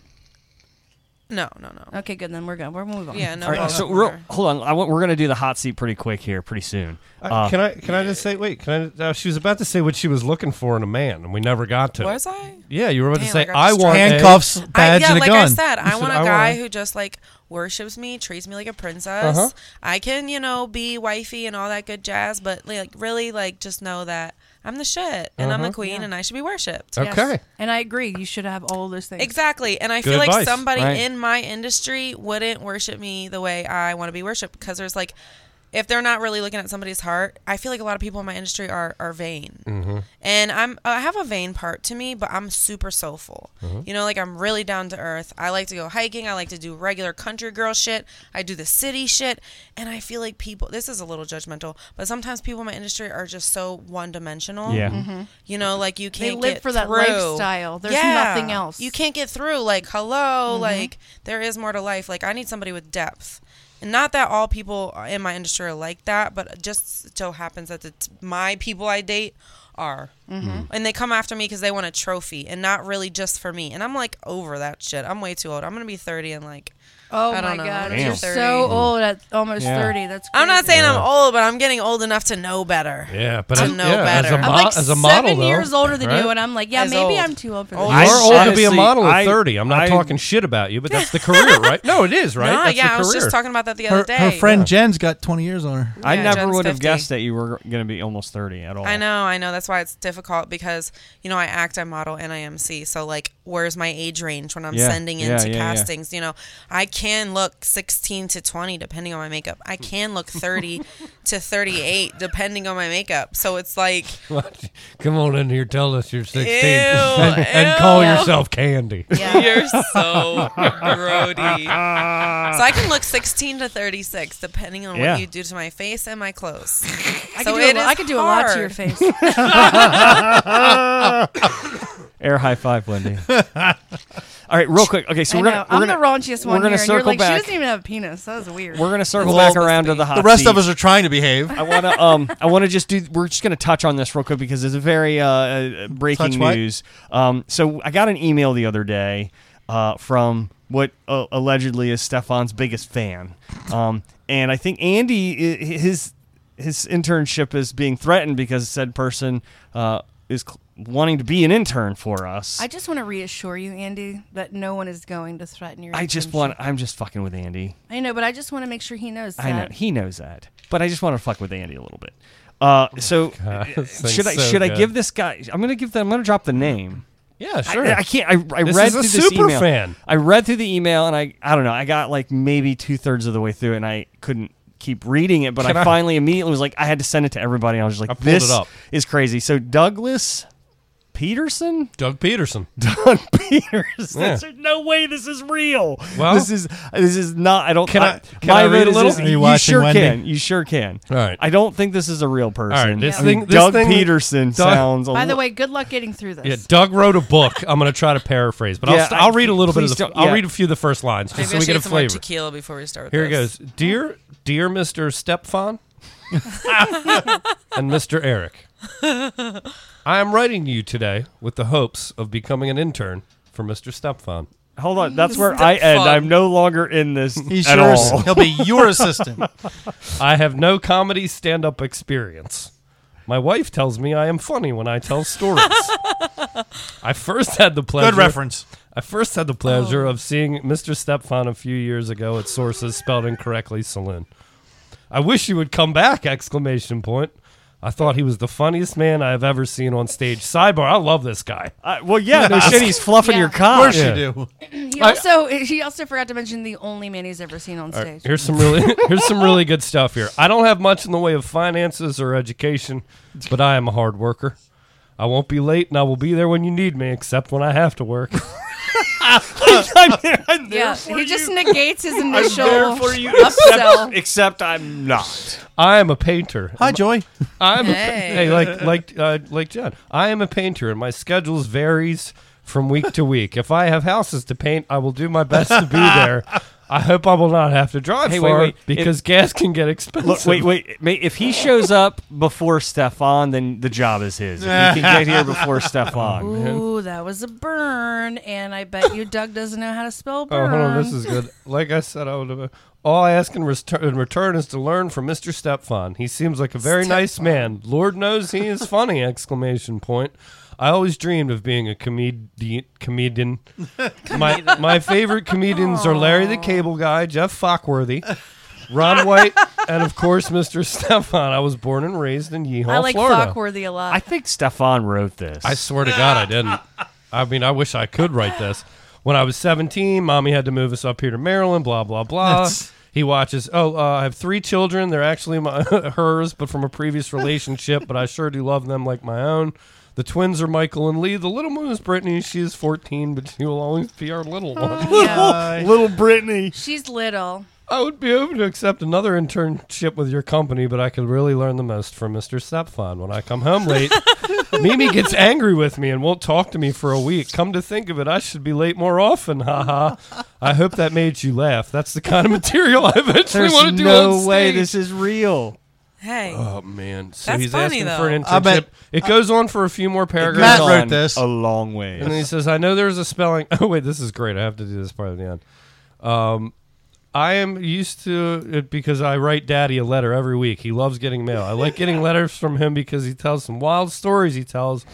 No, no, no. Okay, good. Then we're good. We're moving on. Yeah, no. All right, hold so on. real, hold on. I, want- we're gonna do the hot seat pretty quick here, pretty soon. Uh, can I? Can I just say? Wait. Can I? Uh, she was about to say what she was looking for in a man, and we never got to. it. Was I? Yeah, you were about to Damn, say, got "I want a- distracted. Handcuffs, I- badge, yeah, and a like I gun. said, You I said, want a "I want guy a-" who just like worships me, treats me like a princess. Uh-huh. I can, you know, be wifey and all that good jazz, but like really, like just know that I'm the shit and I'm the Uh-huh. queen and I should be worshipped. Yes. Okay. And I agree. You should have all those things. Exactly, and I Good feel advice. like somebody Right. in my industry wouldn't worship me the way I want to be worshipped because there's like, if they're not really looking at somebody's heart, I feel like a lot of people in my industry are are vain. Mhm. And I'm I have a vain part to me, but I'm super soulful. Mhm. You know, like I'm really down to earth. I like to go hiking. I like to do regular country girl shit. I do the city shit, and I feel like people. This is a little judgmental, but sometimes people in my industry are just so one dimensional. Yeah. Mhm. You know, like you They can't live get for that through. lifestyle. There's Yeah. nothing else. You can't get through. Like hello, Mhm. like there is more to life. Like I need somebody with depth. And not that all people in my industry are like that, but just so happens that the t- my people I date are. Mhm. And they come after me because they want a trophy and not really just for me. And I'm like over that shit. I'm way too old. I'm going to be 30 and like. Oh my I don't know. god, Damn. you're 30. so old at almost Yeah. thirty. That's I'm not crazy. saying I'm old, but I'm getting old enough to know better. Yeah, but to as- know yeah, as better. a mo- I'm like as a model, seven though, years older than right? you, and I'm like, yeah, As maybe old. I'm too old for Oh, this. You are old to be a honestly, model at I- 30. I'm not I- talking shit about you, but that's the career, right? No, it is, right? No, that's yeah, the I was career. just talking about that the Her, other day. her friend Jen's got 20 years on her. I Yeah, never Jen's would have 50. guessed that you were going to be almost thirty at all. I know, I know. That's why it's difficult because you know I act, I model, and I MC. So like, where's my age range when I'm Yeah, sending yeah, into yeah, yeah. castings? You know, I can look 16 to 20 depending on my makeup. I can look 30 to 38 depending on my makeup. So it's like, What? Come on in here, tell us you're 16 Ew, and, and call ew. yourself Candy. You're so grody. So I can look 16 to 36 depending on Yeah. what you do to my face and my clothes. I so could do a it lo- is I could do a lot to your hard. face. Air high five, Wendy. all right, real quick. Okay, so I we're know. gonna I'm we're gonna, the raunchiest one we're gonna here. and circle you're like, back. she doesn't even have a penis. That was weird. We're gonna circle Well, back around to the hot. The rest of seat. us are trying to behave. I want to. Um, I want to just do. We're just gonna touch on this real quick because it's a very uh, uh, breaking Touch what? news. Um, so I got an email the other day uh, from what uh, allegedly is Stefan's biggest fan, um, and I think Andy i- his his internship is being threatened because said person uh, is cl- wanting to be an intern for us. I just want to reassure you, Andy, that no one is going to threaten your. I just internship. want. I'm just fucking with Andy. I know, but I just want to make sure he knows. I know that. he knows that, but I just want to fuck with Andy a little bit. Uh, so Oh God, uh, this thing's should I so should I good. give this guy? I'm gonna give them. I'm gonna drop the name. Yeah, I- sure. I, can't. I, I This read is a through this super email. fan. I read through the email and I I don't know. I got like maybe two thirds of the way through it and I couldn't keep reading it. But Can I, I- finally immediately was like I had to send it to everybody. I was just like I pulled it this up. is crazy. So Douglas Peterson? Doug Peterson. Doug Peterson. Yeah. There's no way this is real. Well- this is this is not. I don't. Can I- can my I read vote a is little? this- Are you You, watching sure Wendy? can. You sure can. All right. I don't think this is a real person. All right, this I mean, thing- this Doug thing- Peterson Doug- sounds. A By the li- way, good luck getting through this. Yeah, Doug wrote a book. I'm going to try to paraphrase, but Yeah, I'll, st- I'll I- read a little bit of please the. don't- I'll yeah. read a few of the first lines Maybe just so I we should get a get some more flavor. tequila before we start with Here this. it goes, dear, dear Mr. Stepfan and Mr. Eric. I am writing you today with the hopes of becoming an intern for Mr. Stepfan. Hold on, that's where I end. I'm no longer in this He's at your all. ass- he'll be your assistant. I have no comedy stand up experience. My wife tells me I am funny when I tell stories. I first had the pleasure. reference. I first had the pleasure of seeing Mr. Stepfan a few years ago at Sources Spelled Incorrectly Saloon. I wish he would come back! Exclamation point. I thought he was the funniest man I have ever seen on stage. Sidebar: I love this guy. I- Uh, well, yeah, no shit, he's fluffing your cock. Of course you do. He I- also he also forgot to mention the only man he's ever seen on All stage. right, here's some really here's some really good stuff here. I don't have much in the way of finances or education, but I am a hard worker. I won't be late, and I will be there when you need me, except when I have to work. yeah, he just negates his initial there for you, upsell. except, except I'm not. I am a painter. Hi, Joy. I'm Hey. a, hey like like uh, like John. I am a painter, and my schedules varies from week to week. If I have houses to paint, I will do my best to be there. I hope I will not have to drive Hey, wait, far wait. because If- gas can get expensive. Look, wait, wait. May, if he shows up before Stefan, then the job is his. If he can get here before Stefan. Ooh, that was a burn, and I bet you Doug doesn't know how to spell Oh, burn. hold on. This is good. Like I said, I would have. All I ask in, restur- in return is to learn from Mr. Stepfan. He seems like a very nice man. Lord knows he is funny! Exclamation point. I always dreamed of being a comedi- comedian. my my favorite comedians are Larry the Cable Guy, Jeff Fockworthy, Ron White, and of course Mr. Stefan. I was born and raised in Yeehaw, I like Florida. Fockworthy a lot. I think Stefan wrote this. I swear to God, I didn't. I mean, I wish I could write this. When I was 17, mommy had to move us up here to Maryland, blah, blah, blah. That's- He watches, oh, uh, I have three children. They're actually my, hers, but from a previous relationship, but I sure do love them like my own. The twins are Michael and Lee. The little one is Brittany. She is 14, but she will always be our little one. Yeah. Little Brittany. She's little. I would be open to accept another internship with your company, but I could really learn the most from Mr. Stepfan. When I come home late, Mimi gets angry with me and won't talk to me for a week. Come to think of it, I should be late more often. Ha ha. I hope that made you laugh. That's the kind of material I eventually There's want to do on no stage. way this is real. Hey. Oh man! So That's he's funny, asking for an though. I internship. bet- it goes on for a few more paragraphs. Matt wrote Gone this. a long way. And then he says, I know there's a spelling. Oh, wait, this is great. I have to do this part at the end. Um, I am used to it because I write daddy a letter every week. He loves getting mail. I like getting letters from him because he tells some wild stories he tells.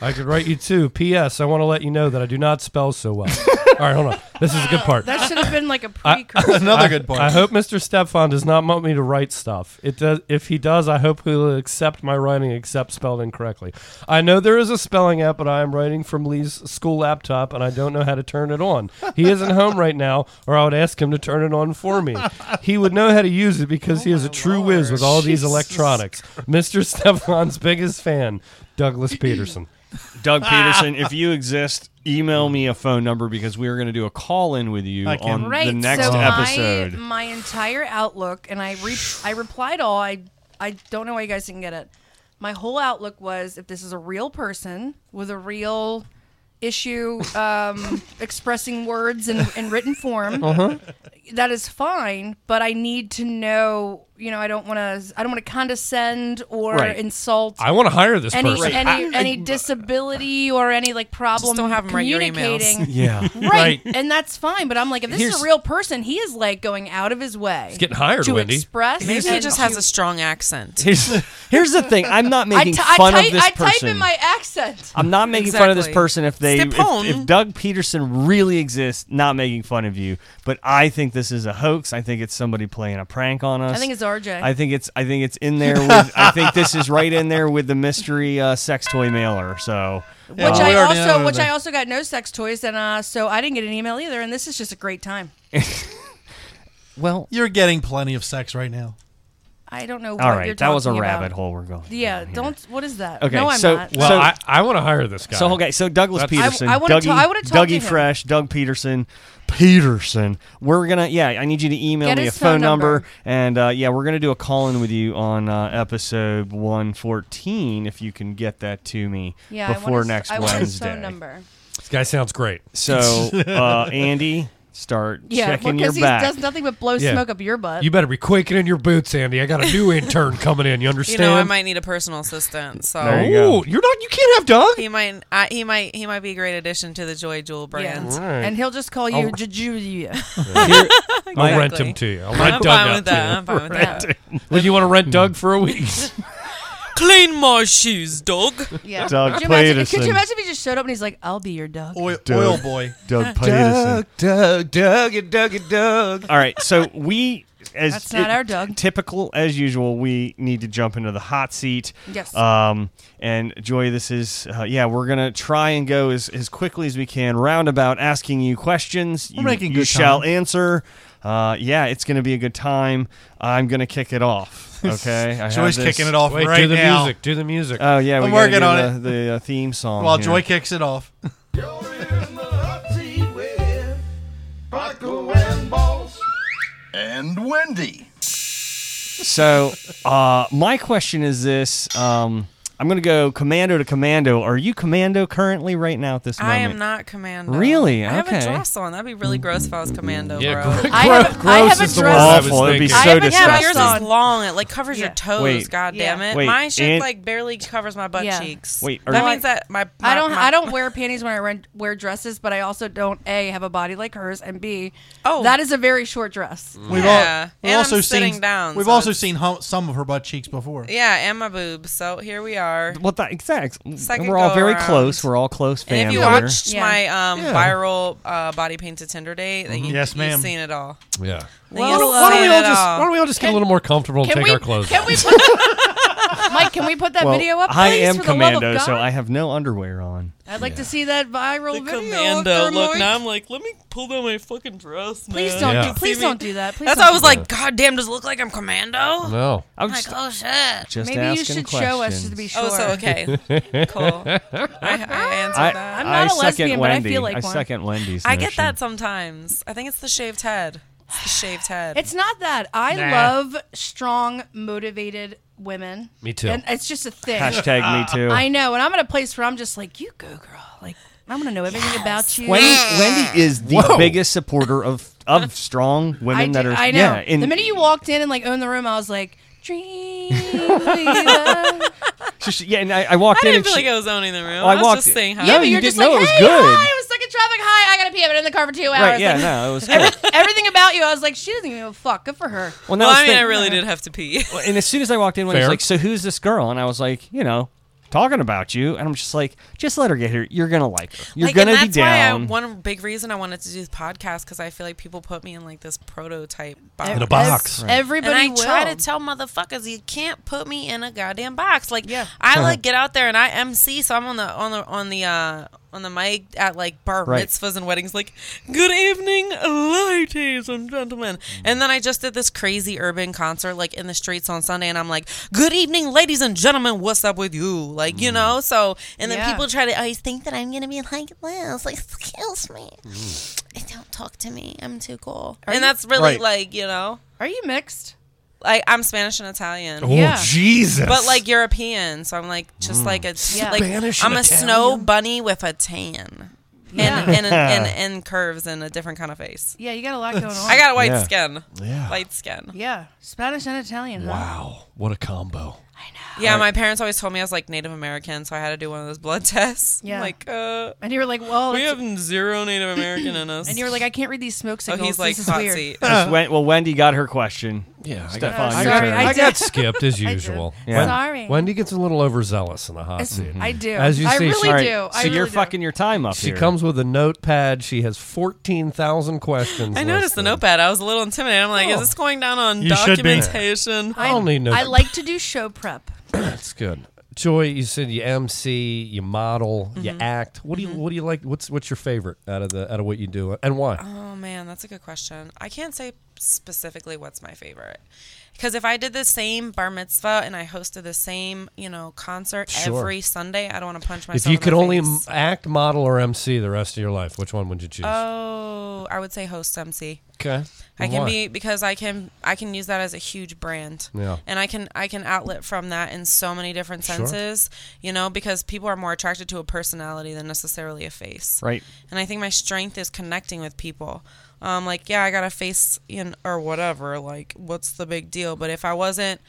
I could write you too. P.S. I want to let you know that I do not spell so well. All right, hold on. This is a good part. That should have been like a I- precursor. Another I- good point. I hope Mr. Stephan does not want me to write stuff. It does. If he does, I hope he'll accept my writing, except spelled incorrectly. I know there is a spelling app, but I am writing from Lee's school laptop, and I don't know how to turn it on. He isn't home right now, or I would ask him to turn it on for me. He would know how to use it because he is a Oh true whiz with all these electronics. Mr. Stephan's biggest fan, Douglas Peterson. Doug Peterson, if you exist, email me a phone number because we are going to do a call in with you I can't- on right. the next so episode. my my entire outlook, and I re- I replied all. I I don't know why you guys didn't get it. My whole outlook was if this is a real person with a real issue um, expressing words in, in written form Uh-huh. that is fine but i need to know you know i don't want to i don't want to condescend or Right. insult I want to hire this any person. any, any disability or any like problem don't have 'em write your emails. communicating yeah. Right. And that's fine. But I'm like, if this is Here's- a real person, he is like going out of his way. He's getting hired, to Wendy. express. Maybe he and just to- has a strong accent. Here's, here's the thing. I'm not I making ty- fun I, ty- of this I person. type in my accent. I'm not making fun of this Exactly. person if they if, Stepone. if Doug Peterson really exists, not making fun of you. But I think this is a hoax. I think it's somebody playing a prank on us. I think it's RJ. I think it's I think it's in there with I think this is right in there with the mystery uh, sex toy mailer. So which Yeah, we I already know also which I everything. also got no sex toys and uh so I didn't get an email either and this is just a great time. well You're getting plenty of sex right now. I don't know. All what right, you're that was a talking about. rabbit hole we're going Yeah, don't. What is that? Okay, no, I'm so not. Well, I- I wanna hire this guy. So okay, so Douglas That's- I- Peterson, I wanna Dougie, ta- I wanna talk Dougie to him. Fresh, Doug Peterson, Peterson. We're gonna yeah. I need you to email Get me a his phone phone number, number. and uh, yeah, we're gonna do a call in with you on uh, episode one fourteen if you can get that to me yeah, I want before his- next I want his phone Wednesday. number. This guy sounds great. So uh, Andy, start Yeah, checking well, your 'cause he back. does nothing but blow Yeah. smoke up your butt. You better be quaking in your boots, Andy. I got a new intern coming in. You You understand? know, I might need a personal assistant. So There you go. Ooh, you're not. You can't have Doug. He might. I, he might. He might be a great addition to the Joy Jewel brand. All right. and he'll just call I'll- Oh. you Juju. Here- I'll rent him to you. I'll rent I'm Doug fine out with to that. you. I'm fine with Rent that. him. Well, you want to rent Doug for a week? Clean my shoes, dog. Yeah. Doug could, you imagine, Peterson. could you imagine if he just showed up and he's like, "I'll be your dog." Oil, Doug- oil boy. Doug Peterson. Doug, Doug, Doug, and Doug, and Doug. All right, so we as That's not our Doug. Typical as usual, we need to jump into the hot seat. Yes. Um, and Joy, this is uh, yeah, we're gonna try and go as, as quickly as we can, roundabout, asking you questions. you making you good shall time. answer. Uh, yeah, it's gonna be a good time. I'm gonna kick it off. Okay. I Joy's have this- kicking it off Wait, right do the now. music. Do the music. Oh yeah, I'm we working gotta do on the, the uh, theme song. While here. Joy kicks it off. And Wendy. So, uh, my question is this: um, I'm going to go commando to commando. Are you commando currently right now at this moment? I am not commando. Really? I have Okay. a dress on. That'd be really gross if I was commando, Yeah, bro. gro- I have a- gross I have a is the word dress- I was Awful, it'd be thinking. so I haven't disgusting. had Yours is on. long. It like covers your Yeah. toes. Wait. God damn Yeah. it. Wait, Mine shit and- like barely covers my butt Yeah. cheeks. Wait, are- that No, means that my, my I don't. my- I don't wear panties when I rent, wear dresses, but I also don't a have a body like hers, and b Oh. that is a very short dress. We've Yeah, all, we've and also I'm seen sitting down, we've so also it's- seen hum- some of her butt cheeks before. Yeah, and my boobs. So here we are. Well, that exact. Second We're all go very around. close. We're all close family. And if you here. watched Yeah. my um, Yeah. viral uh, body paint to Tinder date, then you, Yes, ma'am. You've seen it all. Yeah. Then Well, you've why Why don't, seen we it all just, all. why don't we all just get a little more comfortable and Can take we? our clothes Can off? we? Put, Mike, can we put that well, video up? I please, am for the love commando, of God? so I have no underwear on. I'd like to see that viral The video. commando after look. Mike. Now I'm like, let me pull down my fucking dress. Man. Please don't. Yeah. Do, please See me? don't do that. Please That's don't why I was do like, God damn, does it look like I'm commando? No. I'm Like, just, oh shit. just uh, Maybe you asking should questions. show us to be sure. Oh, so okay, cool. I, I answered I, that. I'm not I a second lesbian, but I Wendy. feel like I one. second Wendy's. I get notion. that sometimes. I think it's the shaved head. It's the shaved head. It's not that. I love strong, motivated women. Me too. And it's just a thing. Hashtag me too. I know, and I'm in a place where I'm just like, you go, girl. Like, I'm gonna know everything about you. Wendy, Wendy is the Whoa. biggest supporter of of strong I, women that do- are. I know. Yeah, and the minute you walked in and like owned the room, I was like, Dreamweaver. so she- yeah, and I, I walked I in didn't and feel she, like I was owning the room. Well, I, I was walked just in- saying hi. Yeah, but you you're didn't just know like, it was hey, good." hi, I was stuck in traffic. Hi, I gotta pee. I've been in the car for two hours. right? Yeah, Like, no, it was good. everything about you, I was like, she doesn't give a fuck. Good for her. Well, that Well, was I mean, the- I really did have to pee. and as soon as I walked in, Wendy's Fair. like, "So who's this girl?" And I was like, "You know, talking about you." And I'm just like, "Just let her get here. You're gonna like her. You're Like, gonna and be that's Why I, down." one big reason I wanted to do this podcast because I feel like people put me in like this prototype box. In a box. Ev- Everybody and I will. try to tell motherfuckers you can't put me in a goddamn box. Like Yeah. I like get out there and I MC, so I'm on the on the on the uh on the mic at like bar Right. mitzvahs and weddings, like good evening, ladies and gentlemen. And then I just did this crazy urban concert like in the streets on Sunday, and I'm like, good evening, ladies and gentlemen, what's up with you? Like you know, so and then Yeah. people try to always think that I'm gonna be like this, like excuse me, don't talk to me, I'm too cool, and that's really Right. like you know. Are you mixed? Like I'm Spanish and Italian, Oh, Yeah. Jesus. but like European. So I'm like just like a Yeah. like Spanish I'm and a snow bunny with a tan Yeah. and, and, and and curves and a different kind of face. Yeah, you got a lot going on. I got white Yeah. skin. Yeah. Light skin. Yeah, yeah, Spanish and Italian. Huh? Wow. What a combo. my parents always told me I was like Native American, so I had to do one of those blood tests. Yeah. Like, uh, And you were like, well, we it's- have zero Native American in us. and you were like, I can't read these smoke oh, signals. he's like this is hot weird. seat. Just went- well, Wendy got her question. Yeah. I Stefan, Uh, your sorry, turn. I I did. got skipped as did. usual. Yeah. Sorry. Wendy gets a little overzealous in the hot seat. I do. As you I see, really All right, do. so I really you're do. fucking your time up She here. comes with a notepad. She has 14,000 questions. I noticed the listed. notepad. I was a little intimidated. I'm like, Oh. is this going down on You should be. documentation? I don't need no. I like to do show prep. That's good. Joy, you said you MC, you model, you Mm-hmm. act. What do you What do you like? What's What's your favorite out of the out of what you do uh, and why? Oh man, that's a good question. I can't say specifically what's my favorite Because if I did the same bar mitzvah and I hosted the same, you know, concert Sure. every Sunday, I don't want to punch myself. If you in could the only face. m- act, model, or MC the rest of your life, which one would you choose? Oh, I would say host MC. 'Kay. I can Why? be because I can I can use that as a huge brand. Yeah. And I can I can outlet from that in so many different Sure. senses, you know, because people are more attracted to a personality than necessarily a face. Right. And I think my strength is connecting with people. Um like yeah, I got a face in or whatever, like what's the big deal? But if I wasn't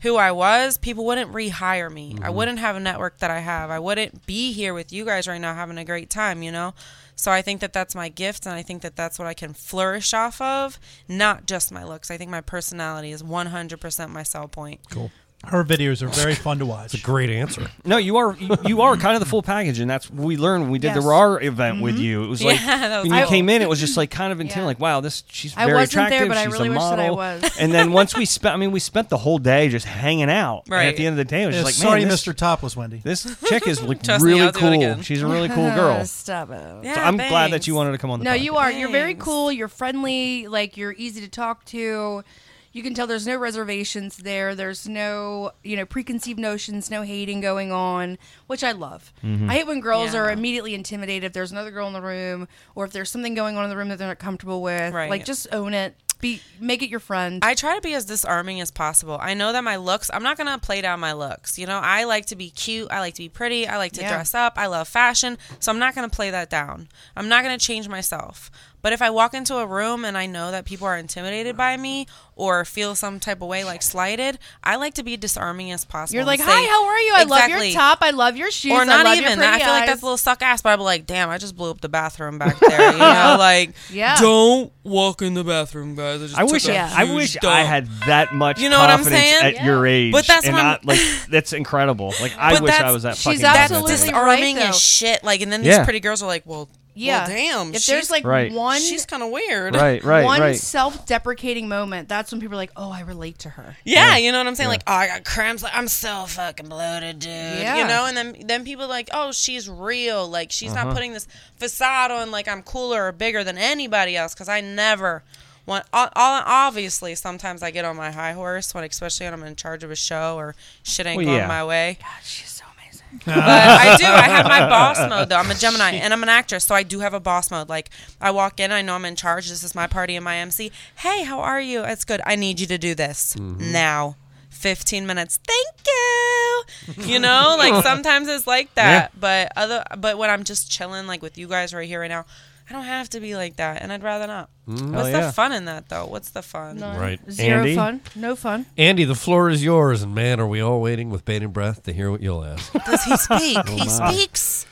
who I was, people wouldn't rehire me. I Mhm. wouldn't have a network that I have. I wouldn't be here with you guys right now having a great time, you know? So I think that that's my gift and I think that that's what I can flourish off of, not just my looks. I think my personality is 100% my sell point. Cool. Her videos are very fun to watch. It's a great answer. No, you are you, you are kind of the full package, and that's what we learned when we did the Yes. RAR event with you. It was like Yeah, that was when you cool. came in, it was just like kind of intimidating. Like, wow, this she's I very wasn't there, attractive. but I she's really a wish that I model. was. and then once we spent, I mean, we spent the whole day just hanging out. And at Right. the end of the day, it was Yeah, just like, sorry, man, this, Mr. Topless Wendy. This chick is like Trust me, really I'll do it cool. again. She's a really cool girl. Stop it. so I'm glad that you wanted to come on the No, podcast. you are. You're very cool. You're friendly. Like you're easy to talk to. You can tell there's no reservations there. There's no you know preconceived notions, no hating going on, which I love. Mm-hmm. Mhm. I hate when girls Yeah. are immediately intimidated if there's another girl in the room or if there's something going on in the room that they're not comfortable with. Right. Like just own it. Be make it your friend. I try to be as disarming as possible. I know that my looks, I'm not going to play down my looks. You know, I like to be cute. I like to be pretty. I like to Yeah. dress up. I love fashion. So I'm not going to play that down. I'm not going to change myself. But if I walk into a room and I know that people are intimidated by me or feel some type of way, like slighted, I like to be disarming as possible. You're and like, say- hi, how are you? I love Exactly your top. I love your shoes. or not I love even Your that. I pretty feel like that's eyes." a little suck ass, but I'd be like, damn, I just blew up the bathroom back there. You know, like, Yeah. Don't walk in the bathroom, guys. I, just I took wish a I huge wish dump. I had that much You know what I'm confidence saying? at your age. But that's and what I'm- not, like that's incredible. Like I But wish I that's- was that she's fucking that's confident. disarming as shit. Like, and then these Yeah. pretty girls are like, well, Yeah. well, damn. If she's- there's like Right. one, she's kind of weird. Right, right, one right. self-deprecating moment, that's when people are like, "Oh, I relate to her." Yeah, you know what I'm saying? Like, oh, I got cramps. Like, I'm so fucking bloated, dude. Yeah. You know, and then then people are like, oh, she's real. Like, she's Uh-huh. not putting this facade on. Like, I'm cooler or bigger than anybody else. Because I never want. All, all, obviously, sometimes I get on my high horse when, especially when I'm in charge of a show or shit ain't Well, going yeah. my way. God, she's so amazing. but I do. I have my boss mode though. I'm a Gemini and I'm an actress, so I do have a boss mode. Like I walk in, I know I'm in charge. This is my party and my MC. Hey, how are you? It's good. I need you to do this now. 15 minutes. Thank you. You know, like sometimes it's like that, but other but when I'm just chilling like with you guys right here right now, I don't have to be like that and I'd rather not. Mm. What's Hell the yeah. fun in that though? What's the fun? Right. Zero Andy? fun. No fun. Andy, the floor is yours, and man, are we all waiting with bated breath to hear what you'll ask. Does he speak? Oh, he my. speaks.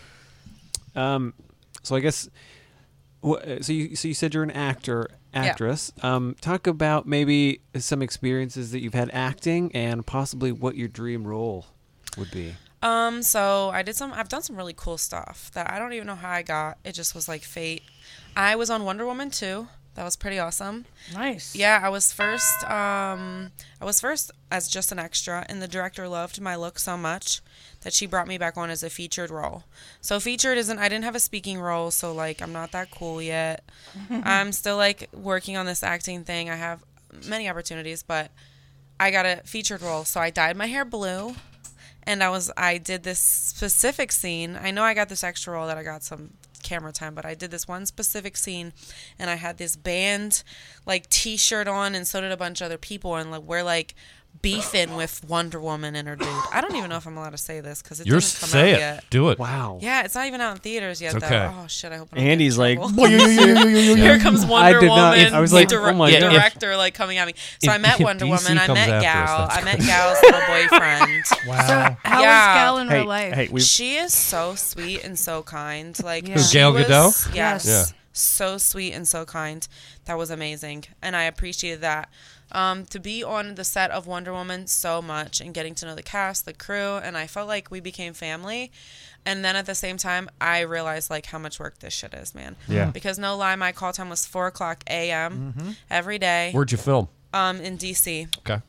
Um, so I guess. wh- uh, So you so you said you're an actor actress. Um, talk about maybe some experiences that you've had acting and possibly what your dream role would be. Um, so I did some. I've done some really cool stuff that I don't even know how I got. It just was like fate. I was on Wonder Woman too. That was pretty awesome. Nice. Yeah, I was first. Um, I was first as just an extra, and the director loved my look so much that she brought me back on as a featured role. So featured isn't. I didn't have a speaking role, so like I'm not that cool yet. I'm still like working on this acting thing. I have many opportunities, but I got a featured role. So I dyed my hair blue and I was I did this specific scene. I know I got this extra role that I got some camera time, but I did this one specific scene and I had this band like t-shirt on and so did a bunch of other people and like we're like beefing with Wonder Woman and her dude. I don't even know if I'm allowed to say this cuz it You're didn't come say out it. yet. Do it. Wow. Yeah, it's not even out in theaters yet It's though. okay. Oh shit, I hope I don't get Andy's in like, trouble. here Here comes Wonder Woman. I was like, the oh my God. director, like coming at me. So if- I met if Wonder DC Woman. I comes met after us, Gal. that's I met good. Gal's little boyfriend. Wow. So how is Gal in real her Hey, life? hey, we've- she is so sweet and so kind. Like Yeah. she Who, Gal was- Gadot? Yes. Yeah. So sweet and so kind. That was amazing, and I appreciated that. Um, to be on the set of Wonder Woman so much and getting to know the cast, the crew, and I felt like we became family. And then at the same time, I realized like how much work this shit is, man. Yeah. Because no lie, my call time was four o'clock a.m. Mhm. every day. Where'd you film? Um, in D.C. Okay.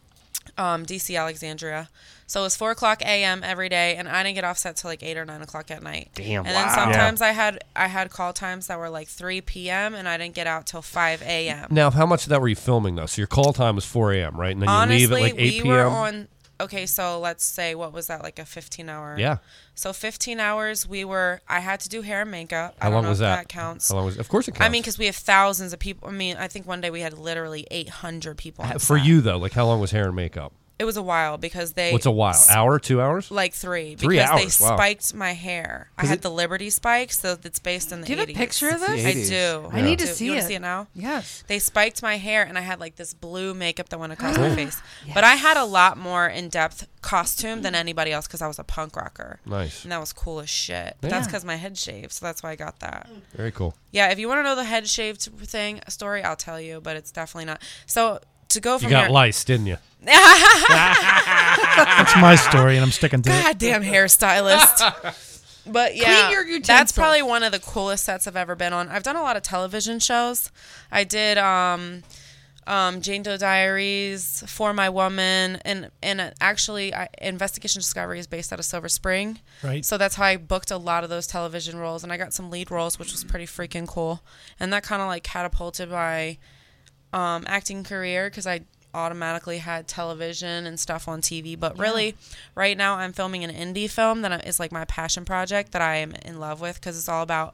um, DC, Alexandria. So it was four o'clock a.m. every day, and I didn't get offset till like eight or nine o'clock at night. Damn, And then wow. sometimes I had I had call times that were like three p.m. and I didn't get out till five a.m. Now, how much of that were you filming though? So your call time was 4 a.m., right? And then you Honestly, leave at like 8 we p.m. were on. Okay, so let's say what was that like a fifteen hour? Yeah. So fifteen hours we were. I had to do hair and makeup. I How don't long know was if that? that counts. How long was- of course it I mean, counts. because we have thousands of people. I mean, I think one day we had literally eight hundred people. on Uh, For set. you though, like how long was hair and makeup? It was a while because they. What's a while? s- Hour, two hours? Like three. Three because hours, They wow. spiked my hair. I 'Cause had it- the Liberty spike, so that's based in the. Do you have a 80s. picture of I this? It's the 80s. do. I need to do. see you wanna it. see it now? Yes. They spiked my hair, and I had like this blue makeup that went across my face. But I had a lot more in depth costume than anybody else because I was a punk rocker. Nice. And that was cool as shit. But Yeah. That's because my head shaved, so that's why I got that. Very cool. Yeah, if you want to know the head shaved thing story, I'll tell you, but it's definitely not. So to go from You got your- lice, didn't you? That's my story, and I'm sticking to it. goddamn hairstylist. But yeah, Clean your that's utensils. probably one of the coolest sets I've ever been on. I've done a lot of television shows. I did um, um, Jane Doe Diaries, For My Woman, and and uh, actually, I, Investigation Discovery is based out of Silver Spring. Right. So that's how I booked a lot of those television roles, and I got some lead roles, which was pretty freaking cool. And that kind of like catapulted my um, acting career because I automatically had television and stuff on TV. But Yeah. really, right now I'm filming an indie film that is like my passion project that I am in love with because it's all about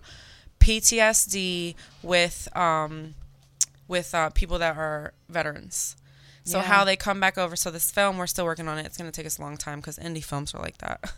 PTSD with um, with uh, people that are veterans. So Yeah. how they come back over. So this film, we're still working on it. It's going to take us a long time because indie films are like that.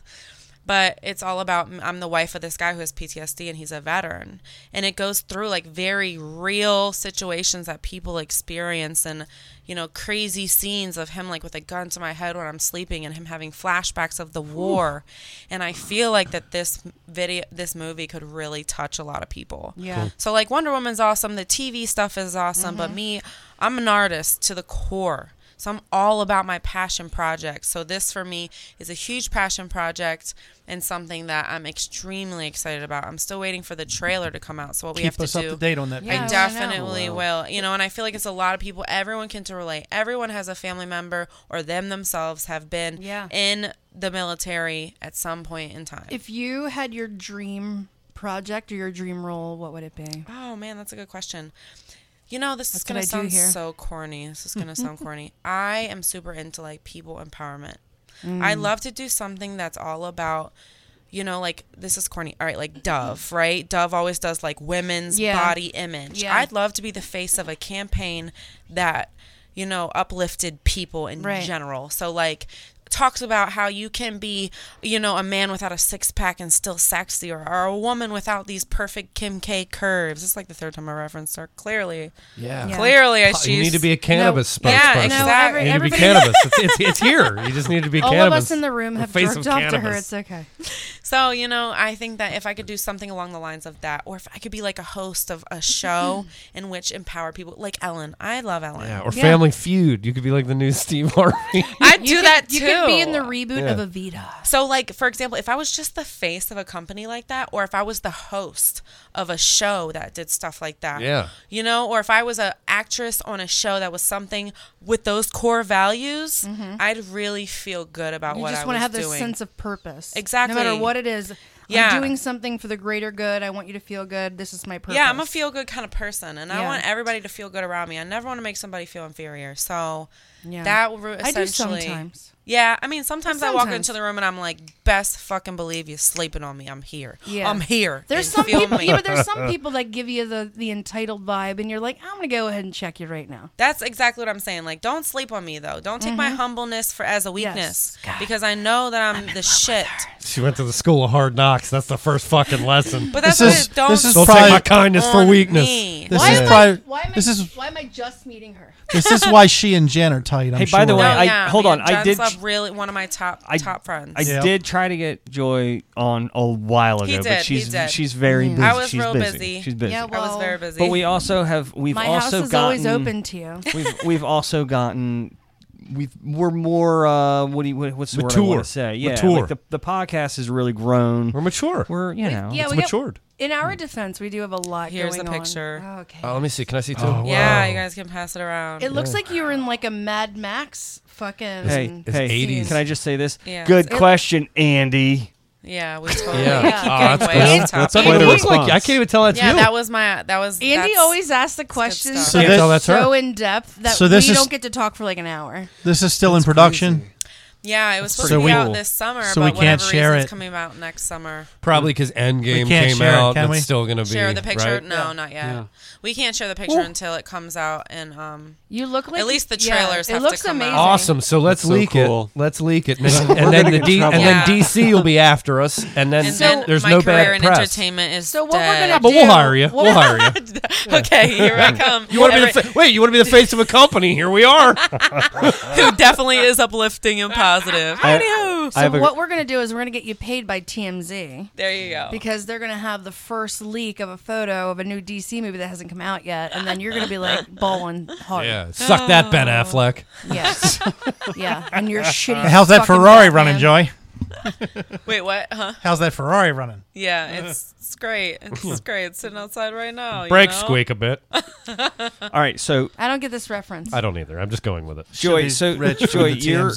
But it's all about I'm the wife of this guy who has PTSD and he's a veteran, and it goes through like very real situations that people experience, and you know crazy scenes of him like with a gun to my head when I'm sleeping, and him having flashbacks of the war, and I feel like that this video, this movie could really touch a lot of people. Yeah. Cool. So like Wonder Woman's awesome, the TV stuff is awesome, but me, I'm an artist to the core. So I'm all about my passion projects. So this for me is a huge passion project and something that I'm extremely excited about. I'm still waiting for the trailer to come out. So what we Keep have to us do up to date on that, I please. Oh, Yeah, I wanna know. definitely will. You know, and I feel like it's a lot of people everyone can relate. Everyone has a family member or them themselves have been Yeah. in the military at some point in time. If you had your dream project or your dream role, what would it be? Oh man, that's a good question. You know, this That's is gonna what I do sound here. so corny. This is gonna sound corny. I am super into like people empowerment. I Mm. love to do something that's all about, you know, like this is corny. All right, like Dove, right? Dove always does like women's Yeah. body image. Yeah. I'd love to be the face of a campaign that, you know, uplifted people in Right. general. So like talks about how you can be, you know, a man without a six pack and still sexy or, or a woman without these perfect Kim K curves. It's like the third time I referenced her. Clearly. Yeah. Yeah. Clearly I You she's need to be a cannabis No. spokesperson. Yeah, You exactly. need to be cannabis. It's, it's, it's here. You just need to be All cannabis. of us in the room The have face jerked off of to her. cannabis. It's okay. So, you know, I think that if I could do something along the lines of that, or if I could be like a host of a show in which empower people, like Ellen. I love Ellen. Yeah, or Family Feud. You could be like the new Steve Harvey. I'd do that too. You could be in the reboot Yeah. of Evita. So, like, for example, if I was just the face of a company like that, or if I was the host of a show that did stuff like that, Yeah. you know, or if I was an actress on a show that was something with those core values, I'd really feel good about Mm-hmm. You what just I want was to have this doing. sense of purpose. Exactly. No matter what it is, Yeah. I'm doing something for the greater good. I want you to feel good. This is my purpose. Yeah, I'm a feel good kind of person, and I Yeah. want everybody to feel good around me. I never want to make somebody feel inferior. So Yeah. that ru- I do essentially. sometimes. Yeah, I mean, sometimes, I walk Sometimes. into the room and I'm like, best fucking believe you sleeping on me. I'm here. Yeah. I'm here. There's And some feel people, me. yeah, but there's some people that give you the the entitled vibe, and you're like, I'm gonna go ahead and check you right now. That's exactly what I'm saying. Like, don't sleep on me though. Don't take my humbleness for as a weakness because I know that I'm, the shit. she went to the school of hard knocks. That's the first fucking lesson. But that's This what is- it- don't this is Don't probably- take my kindness for on weakness. me. This Why is am I- probably Why am I? this is why am I just meeting her? this is why she and Jan are tight. I'm Hey, by the sure. way, I- yeah, hold me on, and I John's did- Love really one of my top I- top friends. I did try to get Joy on a while ago, He did, but she's he did. she's very busy. I was she's real busy. busy. She's busy. Mm-hmm. Yeah, I was well- very busy. But we also have we've My also house is gotten always open to you. we've we've also gotten we've we're more uh, what do you what, what's the word I Mature. want to say? Yeah, Mature. like the the podcast has really grown. We're mature. We're you know yeah, it's we got- matured. in our defense, we do have a lot. Here's going the on. picture. Oh, okay. Oh, let me see. Can I see too? yeah, you guys can pass it around. It looks like you were in like a Mad Max fucking. Hey, it's hey, 80s. can I just say this? Yeah. Good It- question, Andy. Yeah, we totally. Yeah. Yeah, Ah, yeah. that's cool. That's quite a response. I can't even tell that's yeah, you. that was my. That was Andy that's- always asks the questions So Can't this- tell that's her. so in depth that So this we is- don't get to talk for like an hour. This is still in production. Yeah, it was That's supposed to be pretty out cool. this summer, So we but can't whatever share reason, it. it's coming out next summer. Probably because We Endgame can't came share it, out. can It's we? still going to be Share the picture? right? No, not yet. Yeah. We can't share the picture Well- until it comes out. And um, You look like at least the yeah, trailers. it have looks to come amazing. Out. Awesome. So let's That's so leak cool. it. Let's leak it, and, We're and gonna then the get in D- and trouble. then Yeah. DC will be after us, and then And then there's my no career bad in press. entertainment is so what we're dead. gonna but we'll do- hire you. what We'll we're- hire you. okay, here I come. You want to be the Every- fa- wait? You want to be the face of a company? Here we are. who definitely is uplifting and positive. I- Idaho. So what we're gonna do is we're gonna get you paid by TMZ. There you go. Because they're gonna have the first leak of a photo of a new DC movie that hasn't come out yet, and then you're gonna be like balling hard. Yeah, suck that, Ben Affleck. Yes. yeah, and your shitty. How's that fucking Ferrari Batman. running, Joy? Wait, what? Huh? How's that Ferrari running? Yeah, it's it's great. It's great. It's sitting outside right now. you Brakes know? squeak a bit. Uh. All right, so I don't get this reference. I don't either. I'm just going with it. Joy, so Joy, your,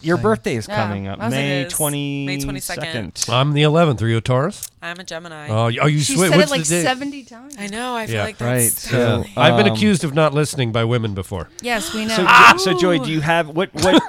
your birthday is Yeah, coming up I was like, May it's twenty May 22nd. I'm the 11th. Are you a Taurus? I'm a Gemini. Oh, you- oh, you She swear. said What's it like the date? seventy times. I know. I feel Yeah. like that's Right, so, Yeah. I've been um, accused of not listening by women before. Yes, we know. So, Jo- so Joy, do you have what what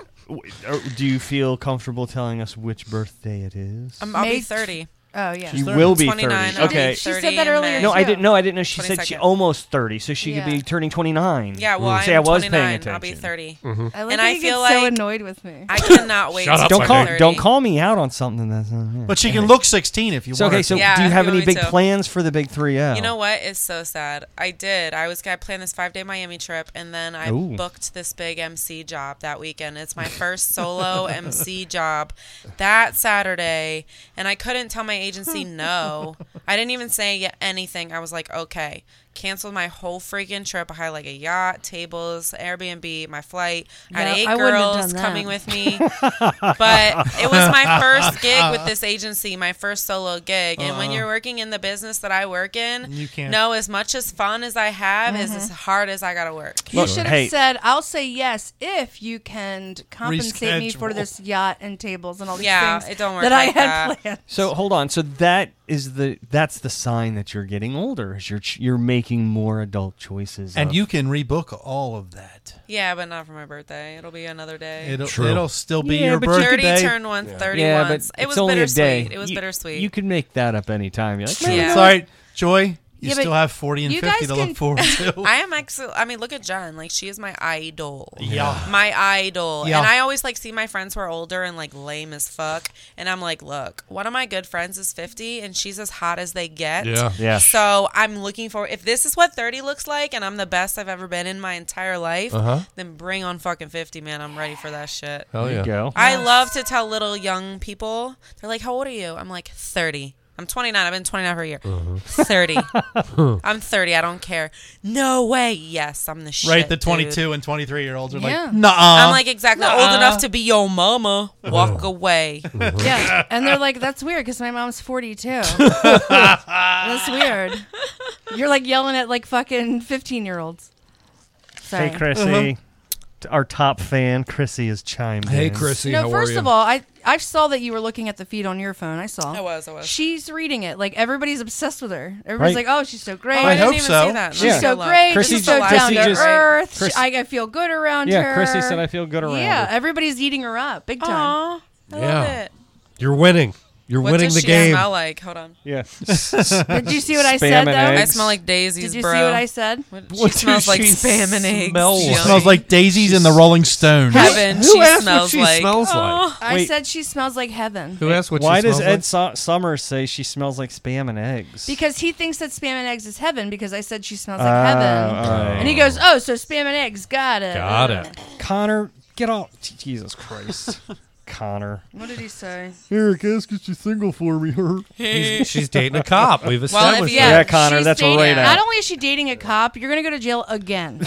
uh, do you feel comfortable telling us which birthday it is? I'm, I'll May be 30. Oh yeah. She will be 29, 30. I'll be Okay. She said that 30 in earlier. May. No, I too. didn't know. I didn't know she said she 22nd. almost 30, so she could Yeah. be turning 29. Yeah, well, Mm, I'm See, I was 29. paying attention. I'll be 30. Mm-hmm. I like and how I you feel get so like annoyed with me. I cannot wait. Shut to up, Don't That's call like a- don't call me out on something that's not yeah. But she can look 16 if you So, want. okay, her so to. Yeah, do you have you any want big to. plans for the big 3 L? You know what is so sad? I did. I was I planned this five day Miami trip, and then I Ooh. booked this big MC job that weekend. It's my first solo MC job that Saturday, and I couldn't tell my agency no. I didn't even say y- anything. I was like, okay, canceled my whole freaking trip. I had like a yacht, tables, Airbnb, my flight. I No, had eight I wouldn't have girls done that. coming with me but it was my first gig with this agency, my first solo gig. And Uh-huh. when Uh-uh. you're working in the business that I work in, You can't. no, as much as fun as I have, is Mm-hmm. as hard as I gotta work. You Look, should have hey. said, "I'll say yes if you can compensate me for Reschedule. this yacht and tables and all these Yeah, things it don't work that like I had that. planned." So hold on. So that is the that's the sign that you're getting older. Is you're ch- you're making more adult choices. And of- you can rebook all of that. Yeah, but not for my birthday. It'll be another day. It'll, True. it'll still be Yeah, your but you're- birthday. Thirty turned once, thirty yeah, but once. it it's was only a bittersweet. day. It was You- bittersweet. You can make that up anytime. You're like, True. Yeah. It's all right, Joy. You Yeah, but still have 40 and you 50 guys to can- look forward to. I am excellent. I mean, look at Jen. Like she is my idol. Yeah. My idol. Yeah. And I always like see my friends who are older and like lame as fuck. And I'm like, look, one of my good friends is 50 and she's as hot as they get. Yeah. Yeah. So I'm looking for if this is what 30 looks like and I'm the best I've ever been in my entire life, Uh-huh. then bring on fucking 50, man. I'm ready for that shit. Hell there yeah. you go. I love to tell little young people, they're like, How old are you? I'm like, 30. I'm 29. I've been 29 for a year. Uh-huh. 30. I'm 30. I don't care. No way. Yes, I'm the shit. right, the dude. 22 and 23 year olds are Yeah. like, nah. Uh-huh. I'm like exactly old enough to be your mama. Walk away. yeah, and they're like, "That's weird because my mom's 42." That's weird. You're like yelling at like fucking 15 year olds. Sorry. Hey, Chrissy. T- Our top fan, Chrissy, has chimed Hey, in. Chrissy. no, how first are you? of all, I I saw that you were looking at the feed on your phone. I saw. I was. I was. She's reading it. like everybody's obsessed with her. Everybody's Right. like, "Oh, she's so great." Oh, I I, didn't hope even so. see that. Yeah. She's so Look. great. Chrissy she's ju- so Chrissy down to just- earth. Chrissy- I, I feel good around her. Yeah, Chrissy said, I feel good around Yeah, her. everybody's eating her up big time. Aw, I Yeah. love it. You're winning. You're What winning does the she game. smell like? Hold on. Yeah. Did you see what I Spam said and though? I eggs. smell like daisies, Did you bro. see what I said? What- What she smells does like she spam and eggs. smell She she like? smells like daisies and the Rolling Stones. heaven. Who she asked what smells she like. smells like? Oh. I Wait. said she smells like heaven Who asked what Why she does smells Ed Su- Summers say she smells like spam and eggs? because he thinks that spam and eggs is heaven because I said she smells Oh, like heaven. all right. And he goes, "Oh, so spam and eggs, got it." like? Got it. Connor, get off. Jesus Christ. Connor. What did he say? Eric, ask if she's single for me. Her. He's, she's dating a cop. We've if established you- Yeah, Connor, she's that's a dating- right Not out. only is she dating a cop, you're gonna go to jail again.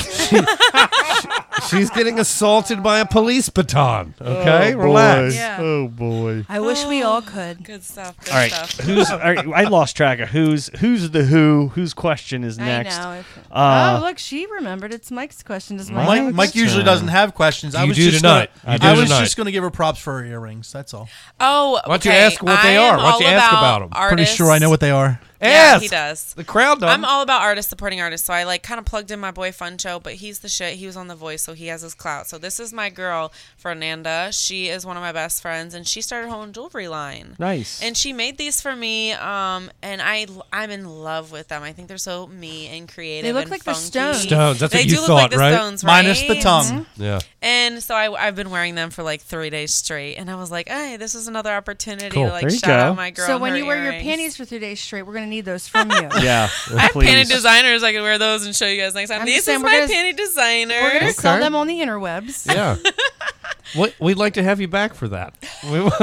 She's getting assaulted by a police baton. Okay, Oh, boy. relax. Yeah. Oh, boy. I wish we all could. Good stuff. All right, who's? All right, I lost track of who's who's the who. Whose question is next? I know. If- Uh, oh, look, she remembered. It's Mike's question. Does Mike? have a Mike, Mike question? usually doesn't have questions. I You was do just tonight. Gonna, You do I was tonight. just going to give her props for her earrings. That's all. Oh, Why don't you okay, ask what they I are? am Why don't you all ask about about 'em? Artists. Pretty sure I know what they are. Yeah, Ask. he does. The crowd doesn't. I'm all about artists supporting artists, so I like kind of plugged in my boy Funcho, but he's the shit. He was on The Voice, so he has his clout. So this is my girl Fernanda. She is one of my best friends, and she started her own jewelry line. Nice. And she made these for me, um, and I I'm in love with them. I think they're so me and creative. They look and like the funky. stones. Mm-hmm. Stones, that's They what do you look thought, like the right? stones, right? Minus the tongue. Yeah. And so I, I've been wearing them for like three days straight, and I was like, hey, this is another opportunity Cool. to like There you shout out go. my girl. So and when her you wear your earrings. panties for three days straight, we're gonna need those from you. yeah, I have panty please. designers. I can wear those and show you guys next time. I'm This just saying is we're my gonna- panty designer. We're gonna sell Okay. them on the interwebs. Yeah. we, we'd like to have you back for that. We would.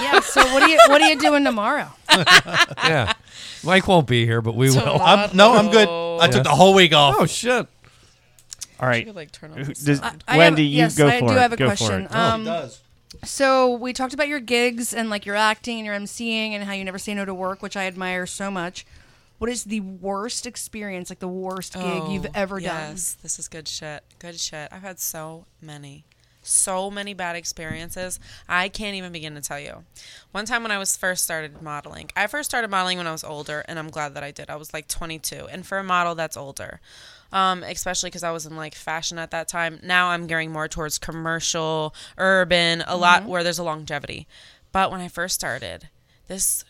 yeah. So what are you what are you doing tomorrow? yeah. Mike won't be here, but we will. I'm, no, I'm good. I Yeah. took the whole week off. Oh shit. All right, could, like, turn off Who- the does- sound. I Wendy, have- you yes, go I for do it. have a go question. For it. Um, So we talked about your gigs and like your acting and your MCing and how you never say no to work, which I admire so much. What is the worst experience, like the worst gig you've Oh, ever Yes, this is good shit. Good shit. I've had so many, so many bad experiences. I can't even begin to tell you. One time when I was first started modeling, I first started modeling when I was older, and I'm glad that I did. I was like 22, and for a model, that's older. Um, especially because I was in like fashion at that time. Now I'm gearing more towards commercial, urban, a lot Mm-hmm. where there's a longevity. But when I first started, this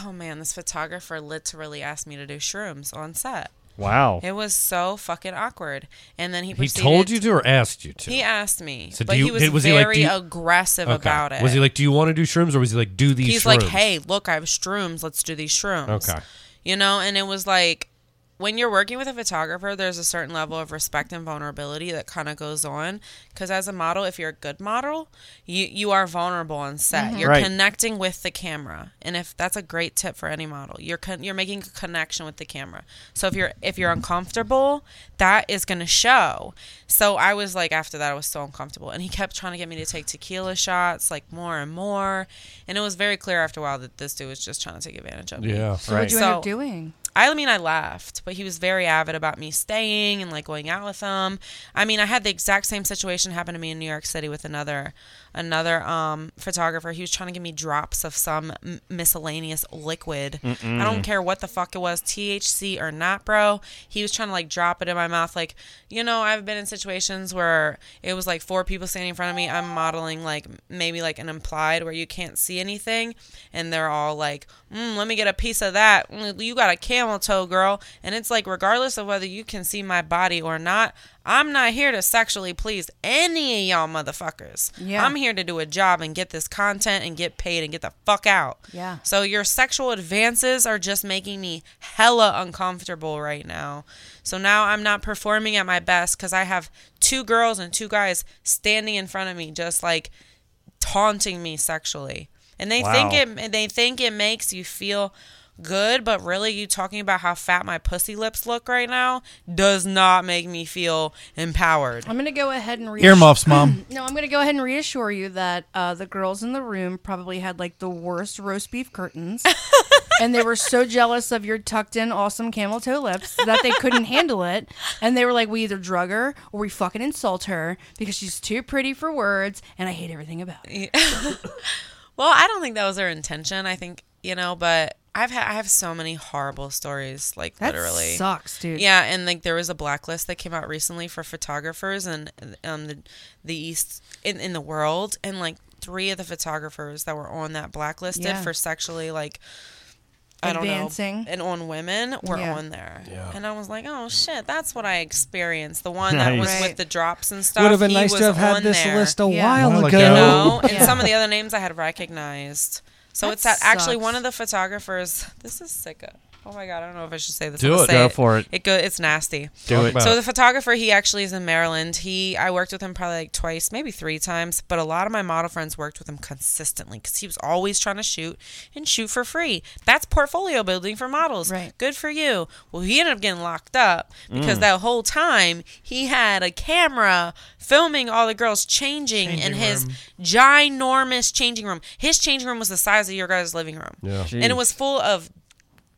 oh man, this photographer literally asked me to do shrooms on set. wow. It was so fucking awkward. And then he He proceeded, told you to or asked you to? He asked me, So do but you- he was, did- was he, like, very do you- aggressive Okay. about it. Was he like, "Do you want to do shrooms?" or was he like, "Do these"? He's like, shrooms?" "Hey, look, I have shrooms. Let's do these shrooms." Okay. You know, and it was like when you're working with a photographer, there's a certain level of respect and vulnerability that kind of goes on because as a model, if you're a good model, you you are vulnerable on set. You're Right. connecting with the camera, and if that's a great tip for any model, you're con- you're making a connection with the camera. So if you're if you're uncomfortable, that is going to show. So I was like, after that, I was so uncomfortable, and he kept trying to get me to take tequila shots, like more and more, and it was very clear after a while that this dude was just trying to take advantage of me. Yeah. done? What Right. you end up So- doing? I mean, I laughed, but he was very avid about me staying and like going out with him. I mean, I had the exact same situation happen to me in New York City with another, another um, photographer. He was trying to give me drops of some m- miscellaneous liquid. I don't care what the fuck it was, THC or not, bro. He was trying to like drop it in my mouth. Like, you know, I've been in situations where it was like four people standing in front of me. I'm modeling like maybe like an implied where you can't see anything, and they're all like, mm, "Let me get a piece of that." Mm, You got a camel toe, girl, and it's like regardless of whether you can see my body or not, I'm not here to sexually please any of y'all motherfuckers. Yeah. I'm here to do a job and get this content and get paid and get the fuck out. Yeah. So your sexual advances are just making me hella uncomfortable right now. So now I'm not performing at my best because I have two girls and two guys standing in front of me, just like taunting me sexually. And they Wow. think it and they think it makes you feel good, but really you talking about how fat my pussy lips look right now does not make me feel empowered. I'm gonna go ahead and reassure Earmuffs, mom. No, I'm gonna go ahead and reassure you that uh, the girls in the room probably had like the worst roast beef curtains, and they were so jealous of your tucked in awesome camel toe lips that they couldn't handle it, and they were like, "We either drug her or we fucking insult her because she's too pretty for words, and I hate everything about it." Well, I don't think that was their intention. I think, you know, but I've had I have so many horrible stories like That literally. sucks, dude. Yeah, and like there was a blacklist that came out recently for photographers and um the the east in in the world and like three of the photographers that were on that blacklisted Yeah. for sexually like I don't Advancing. know and on women were Yeah. on there. And I was like, "Oh shit, that's what I experienced." The one that was Nice. with Right. the drops and stuff. Would have been he nice was to have had on this there list a Yeah. while Well, like, ago. you you know? know, and some of the other names I had recognized. So That it's that actually sucks. one of the photographers. This is sicko. Oh my god, I don't know if I should say this. Do I'm gonna it. say Go for it. It go. It's nasty. Do Talk it. about So it. the photographer, he actually is in Maryland. He, I worked with him probably like twice, maybe three times. But a lot of my model friends worked with him consistently because he was always trying to shoot and shoot for free. That's portfolio building for models. Right. Good for you. Well, he ended up getting locked up because Mm. that whole time he had a camera filming all the girls changing, in Changing his room. ginormous changing room. His changing room was the size of your guys' living room. Yeah. And it Jeez. was full of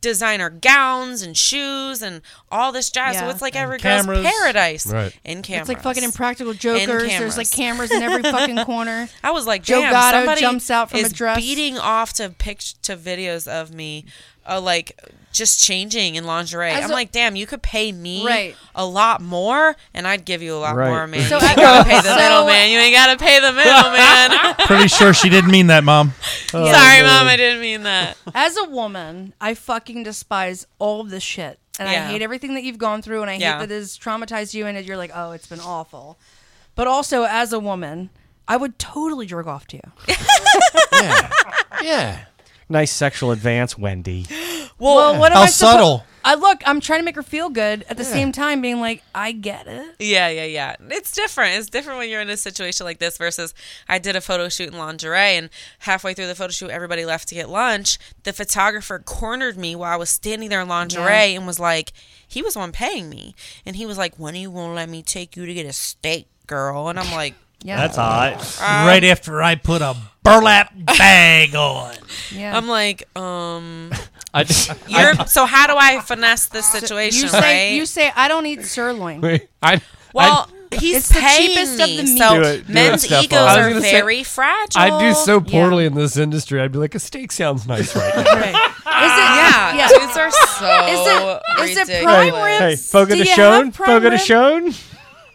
designer gowns and shoes and all this jazz. So Yeah. it's like And every girl's cameras. paradise. Right. In It's cameras. like fucking impractical In jokers. There's like cameras in every fucking corner. I was like, Joe damn, Gatto somebody jumps out from a is dress. beating off to picture to videos of me, uh, like just changing in lingerie. As I'm a- like, damn, you could pay me Right. a lot more, and I'd give you a lot Right. more, man. So you I- ain't gotta pay the so- middleman. You ain't gotta pay the middleman. Pretty sure she didn't mean that, Mom. Oh, Sorry, man. mom, I didn't mean that. As a woman, I fucking despise all of this shit. And Yeah. I hate everything that you've gone through and I Yeah. hate that it has traumatized you and that you're like, oh, it's been awful. But also, as a woman, I would totally jerk off to you. yeah. Nice sexual advance, Wendy. Well, Yeah. what am How I suppo- subtle. I look, I'm trying to make her feel good at the same time being like, I get it. Yeah, yeah, yeah. It's different. It's different when you're in a situation like this versus I did a photo shoot in lingerie and halfway through the photo shoot everybody left to get lunch. The photographer cornered me while I was standing there in lingerie Yeah. and was like, he was the one paying me. And he was like, When are you gonna let me take you to get a steak, girl? And I'm like, Yeah. That's hot. Um, right after I put a burlap bag on. Yeah. I'm like, um I just, you're, so how do I finesse this situation, you say right? you say I don't eat sirloin. I, well, he's It's the paying cheapest of me, the meat. so Do it, do it, men's Stefan. egos I was are gonna say- very fragile. I do so poorly in this industry. I'd be like, a steak sounds nice right now. Is it? Yeah, yeah. dudes are so Is it? Is it prime ridiculous. rib? Hey, Hey, Fogo Do de you Shone? have prime Fogo de rib? Shone?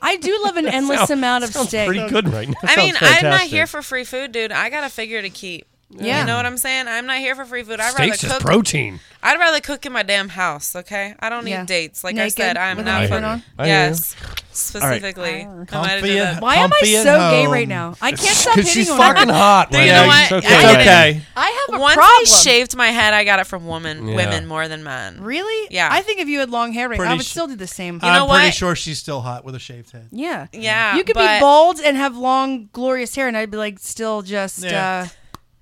I do love an endless Sounds- amount of steak. pretty good right now. I mean, Sounds I'm not fantastic. here for free food, dude. I got a figure to keep. Yeah. You know what I'm saying? I'm not here for free food. I'd Steak's rather just cook. protein. I'd rather cook in my damn house, okay? I don't need Yeah. dates. Like Naked, I said, I'm with not a for shirt on. I hear you. Yes. All right. Specifically. I'm Comfy not into at- that. Why am I comfy at so gay home. right now? I can't stop Because hitting she's on her. fucking hot. Do you Wendy. know what? It's I okay. get it. I have a Once problem. I shaved my head, I got it from women, Yeah. women more than men. Really? Yeah. I think if you had long hair right now, I Pretty would sh- still do the same. I'm pretty sure she's still hot with a shaved head. Yeah. Yeah, You could but- be bald and have long, glorious hair, and I'd be like, still just. Yeah. Uh,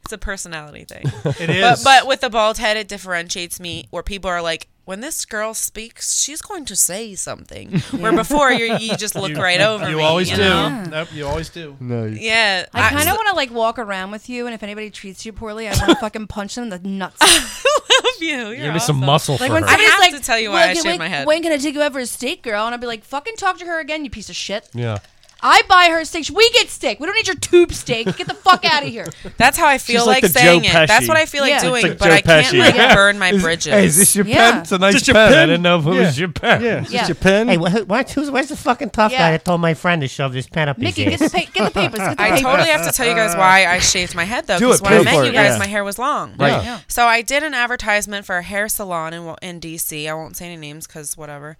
It's a personality thing. It But, is. but with the bald head, it differentiates me where people are like, when this girl speaks, she's going to say something. Where before you you just look You- right over You me, always do. know? Nope, you always do. Nice. Yeah. I I- kind of want to like walk around with you, and if anybody treats you poorly, I want to fucking punch them in the nuts. love you. You're Give me some muscle Like for when her. somebody's I have like, to tell you why "Well, I can- shaved when- my head." When can I take you out for a steak, girl? And I'd be like, fucking talk to her again, you piece of shit. Yeah. I buy her steak. We get steak. We don't need your tube steak. Get the fuck out of here. That's how I feel She's like, like the saying Joe it. That's Pesci. what I feel like Yeah. doing, It's like but Joe I can't Pesci. like Yeah. burn my Is- bridges. Hey, is this your pen? It's a nice pen. I didn't know if it was your pen. Yeah. Yeah. Hey, wh- who- why, who's, where's the fucking tough Yeah. guy that told my friend to shove this pen up Mickey, his get ass? the pa- get the papers. Get the I papers. totally have to tell you guys why I shaved my head though. Do Because it, when I please. met Go you for it, guys, yeah. my hair was long. Right. Yeah. Yeah. So I did an advertisement for a hair salon in in DC. I won't say any names because whatever.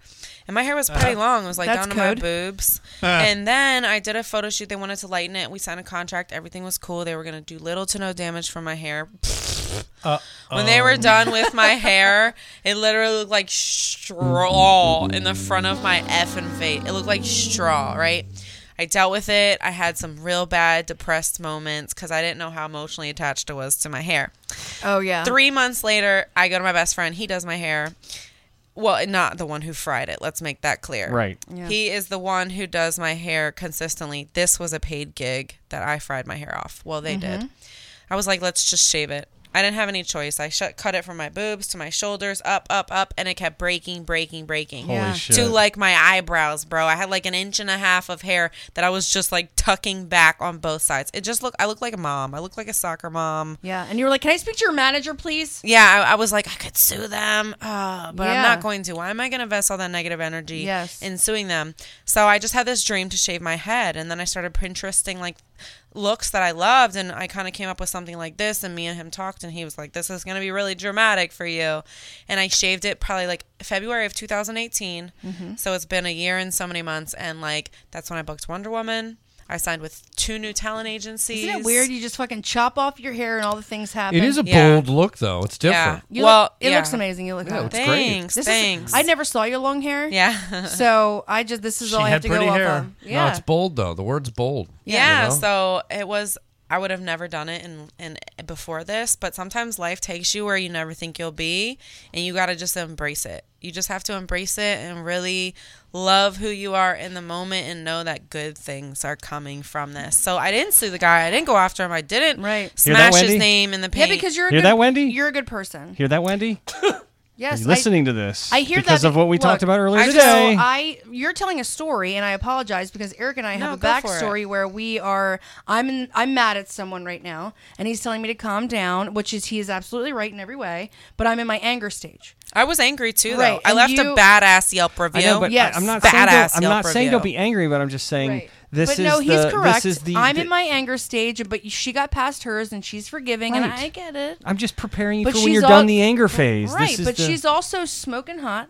And my hair was pretty Uh-huh. long. It was like That's down to my code. boobs. Uh. And then I did a photo shoot. They wanted to lighten it. We signed a contract. Everything was cool. They were gonna do little to no damage for my hair. When they were done with my hair, it literally looked like straw in the front of my effing face. It looked like straw, right? I dealt with it. I had some real bad depressed moments because I didn't know how emotionally attached I was to my hair. Oh yeah. Three months later, I go to my best friend. He does my hair. Well, not the one who fried it. Let's make that clear. Right. Yeah. He is the one who does my hair consistently. This was a paid gig that I fried my hair off. Well, they did. Mhm. I was like, let's just shave it. I didn't have any choice. I shut, cut it from my boobs to my shoulders, up, up, up, and it kept breaking, breaking, breaking. Holy Yeah. shit. To like my eyebrows, bro. I had like an inch and a half of hair that I was just like tucking back on both sides. It just looked, I looked like a mom. I looked like a soccer mom. Yeah, and you were like, "Can I speak to your manager, please?" Yeah, I, I was like, I could sue them, uh, but I'm Yeah. not going to. Why am I going to invest all that negative energy Yes. in suing them? So I just had this dream to shave my head, and then I started Pinteresting like looks that I loved, and I kind of came up with something like this. And me and him talked, and he was like, "This is going to be really dramatic for you," and I shaved it probably like February of 2018. Mhm. Mm-hmm. So it's been a year and so many months, and like that's when I booked Wonder Woman. I signed with two new talent agencies. Isn't it weird? You just fucking chop off your hair and all the things happen. It is a Yeah. bold look, though. It's different. You Well, look- it yeah. looks amazing. You look Yeah, hot. it's great. Thanks, This thanks. Is, I never saw your long hair. Yeah. so I just this is She all I had have to go pretty off hair. on. Yeah. No, it's bold though. The word's bold. Yeah, You know? so it was I would have never done it and and before this, but sometimes life takes you where you never think you'll be and you got to just embrace it. You just have to embrace it and really love who you are in the moment and know that good things are coming from this. So I didn't sue the guy. I didn't go after him. I didn't right. Hear that, smash his Wendy? name in the Yeah, paint. because you're a Hear good, that, Wendy? You're a good person. Hear that, Wendy? Yes, Are you I- listening to this? I hear because that of what we look, talked about earlier I- today. So I, you're telling a story, and I apologize because Eric and I have No, a go for it. backstory where we are. I'm in, I'm mad at someone right now, and he's telling me to calm down, which is he is absolutely right in every way. But I'm in my anger stage. I was angry too though. Right, I and left you- a badass Yelp review. I know, but I, am not saying badass don't, I'm Yelp not saying review. don't be angry, but I'm just saying this but is no, the he's correct. this is the I'm the- in my anger stage, but she got past hers, and she's forgiving, and Right. I get it. I'm just preparing you But for when you're she's all- done the anger phase. Right, This is but the- she's also smoking hot,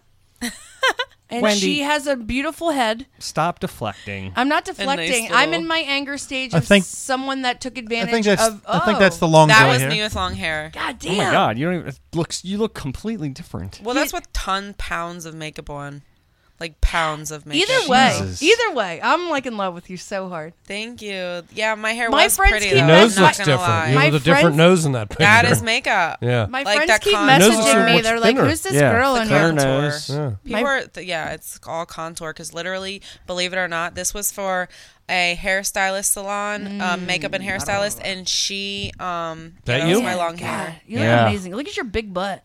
and Wendy. she has a beautiful head. stop deflecting. I'm not deflecting. I'm in my anger stage of I think- someone that took advantage that's- of. I Oh, think that's the long That gray was hair. me with long hair. God Oh my god, you don't even it looks you look completely different. Well, that's with ton pounds of makeup on, like pounds of makeup. Either way, Jesus. either way, I'm like in love with you so hard. Thank you. Yeah, my hair My was friends pretty. keep though, Your I'm nose not looks gonna different. lie. You have a different nose in that picture. That is makeup. Yeah. My Like friends that keep contour. Nose is messaging me. much They're like, thinner. "Who's this Yeah. girl in Thinner here?" nose. Yeah. People are, th- yeah, it's all contour because literally, believe it or not, this was for a hairstylist salon, Mm, um, makeup and hairstylist, and she, um, yeah, That was you? my long God, hair. You look amazing. Look at your big butt,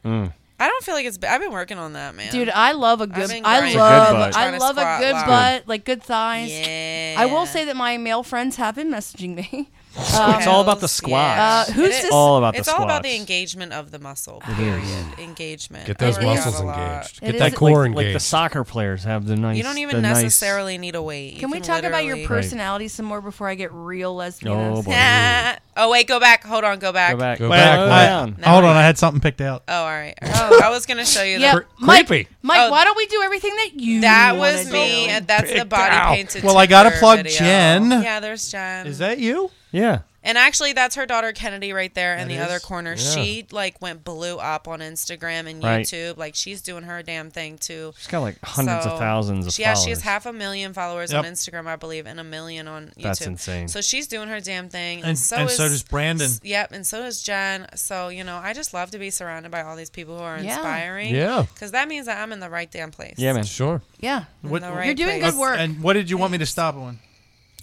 I don't feel like it's. b- I've been working on that, man. dude. I love a I've good. been I grinding. love. Trying I to love a squat good lot. butt, like good thighs. Yeah. I will say that my male friends have been messaging me. Oh, it's all about the squat. Uh, who's It is. this? All about the It's all about the squats. engagement of the muscle. It Period. is. Engagement. Get I those work out muscles a lot. engaged. It Get that is- core like, engaged. like the soccer players have the nice You don't even the nice- necessarily need a weight. You Can we talk about your literally- personality some more before I get real lesbian? Oh, boy. Ah. oh wait, go back. Hold on, go back. Go back. Go Well, back. well, I- well. hold on, I had something picked out. Oh, all right. Oh, I was gonna show you. Yeah, that. Mike, creepy. Mike, Oh. why don't we do everything that you? That wanna was do? me. and That's the body out. painted. Well, I gotta Tinder plug video. Jen. Yeah, there's Jen. Is that you? Yeah. And actually, that's her daughter Kennedy right there in That the is? other corner. Yeah. She like went blew up on Instagram and Right. YouTube. Like she's doing her damn thing too. She's got, like, hundreds of thousands of she- Yeah, she followers. has half a million followers on Yep. Instagram, I believe, and a million on YouTube. That's insane. So she's doing her damn thing, and, And- so and is, so does Brandon. s- Yep, and so does Jen. So you know, I just love to be surrounded by all these people who are Yeah. inspiring. Yeah. because that means that I'm in the right damn place. Yeah, man. Sure. Yeah, What- the right you're doing place. good work. And what did you want me to stop on?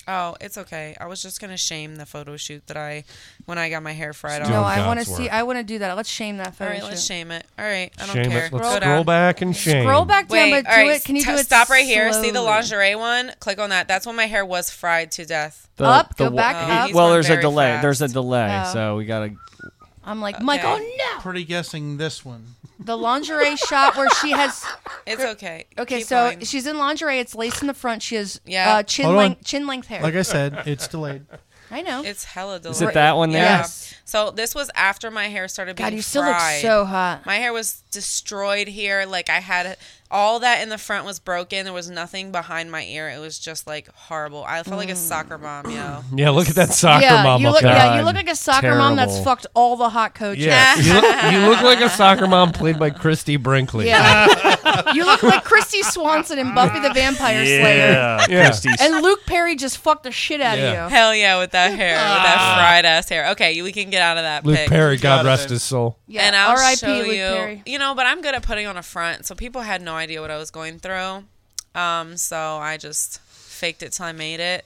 Oh, it's okay. I was just gonna shame the photo shoot that I when I got my hair fried off. no, doing I want to God's see. work. I want to do that. Let's shame that All photo right, let's shoot. shame it. All right, I don't Shame care. it. Let's Go scroll down. back and shame. Scroll back down, Wait, but all do right, it. Can you t- do it? Stop right here. See the slowly? lingerie one? Click on that. That's when my hair was fried to death. The- Up, the go wa- back Oh, up. Well, he's there's a going very delay. fast. There's a delay, Oh. so we gotta. I'm like, Mike, oh no! Pretty guessing this one. The lingerie shot where she has. It's okay. Okay, Keep so going. she's in lingerie. It's laced in the front. She has Yeah. uh, chin Hold on. length, chin length hair. Like I said, it's delayed. I know. it's hella delicious. it that one there? Yeah. Yes. So this was after my hair started being God, you still look fried. so hot. My hair was destroyed here. Like I had all that in the front was broken. There was nothing behind my ear. It was just like horrible. I felt like a soccer Mm. mom, yo. Yeah, look at that soccer yeah, mom. you up look. there. Yeah, you God, look like a soccer mom that's terrible. fucked all the hot coaches. Yeah. you, look, you look like a soccer mom played by Christy Brinkley. Yeah. you look like Christy Swanson in Buffy the Vampire Slayer. Yeah. And Luke Perry just fucked the shit out Yeah. of you. Hell yeah, with that hair, with Ah. that fried ass hair. Okay, we can get out of that. Luke pic. Perry, God rest his soul. Yeah. and I'll R.I.P. show Luke you. Perry. You know, but I'm good at putting on a front, so people had no idea what I was going through. Um, so I just faked it till I made it.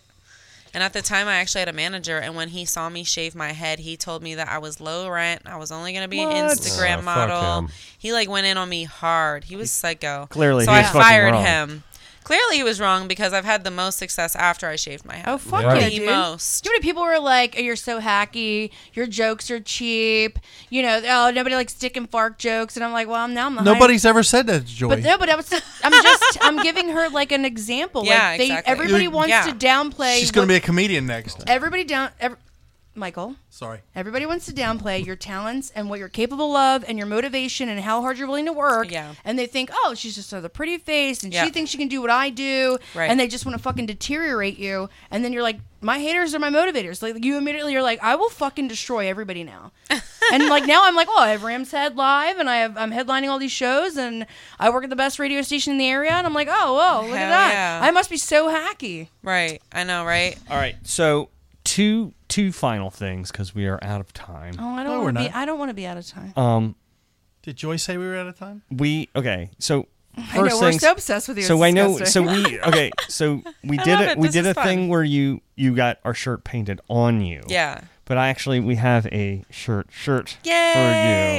And at the time, I actually had a manager, and when he saw me shave my head, he told me that I was low rent. I was only gonna be Ah, an Oh, Instagram fuck model. him. He like went in on me hard. He was psycho. Clearly so he I was fucking fired wrong. him. Clearly, he was wrong because I've had the most success after I shaved my head. Oh fuck Yeah. yeah, The dude! most. Too many people were like, oh, "You're so hacky. Your jokes are cheap. You know, oh, nobody likes dick and fart jokes." And I'm like, "Well, I'm now I'm the high- Nobody's ever said that, Joy. But no, but I was, I'm just I'm giving her like an example. Yeah, like they, exactly. Everybody You're- wants yeah. to downplay. She's going to what- be a comedian next. everybody down. ev Michael. Sorry. Everybody wants to downplay your talents and what you're capable of and your motivation and how hard you're willing to work. Yeah. And they think, oh, she's just another pretty face and Yeah. she thinks she can do what I do. Right. And they just want to fucking deteriorate you. And then you're like, my haters are my motivators. Like you immediately are like, I will fucking destroy everybody now. and like now I'm like, oh, I have Rams Head Live and I have I'm headlining all these shows and I work at the best radio station in the area and I'm like, oh, whoa, look at Hell that. yeah. I must be so hacky. Right. I know, right? All right. So two two final things because we are out of time. Oh, No, I don't we're want to be not. Uh, I don't want to be out of time. Um, Did Joyce say we were out of time? we okay. So first I know, we're things- so obsessed with you, So it's I know. So disgusting. we okay. So we I did love it. it, We this did is a thing where you you got our shirt painted on you. Yeah. But I actually we have a shirt shirt Yay!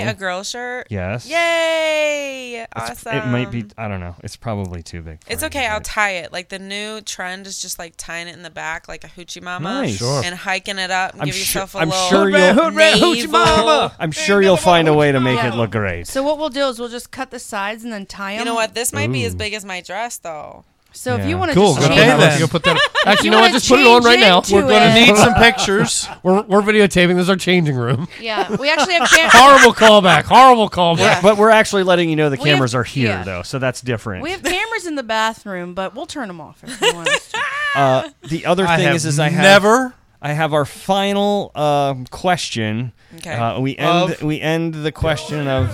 for you. A girl shirt. Yes. Yay! It's- Awesome. It might be. I don't know. It's probably too big. It's okay. I'll tie it. Like the new trend is just like tying it in the back, like a hoochie mama, Nice. Sure. and hiking it up and I'm give sure- yourself a I'm little. sure Hooray, you'll- hooray, navel. I'm sure you'll find a way to make Yeah. it look great. Oh. So what we'll do is we'll just cut the sides and then tie them. You know what? This might be as Ooh. big as my dress, though. So if Yeah. you want to Cool, just okay change then. it- You put that- If Actually, you know wanna what? Just put it on change right now. into We're going to it- need some pictures. we're, we're videotaping. This is our changing room. Yeah, we actually have cam- Horrible callback. Horrible callback. But we're actually letting you know the We have- cameras are here yeah. though, so that's different. We have cameras in the bathroom, but we'll turn them off if you want. us to. Uh, the other I thing have is, is I have never- I have our final um, question. Okay. Uh, we end Of- we end the question of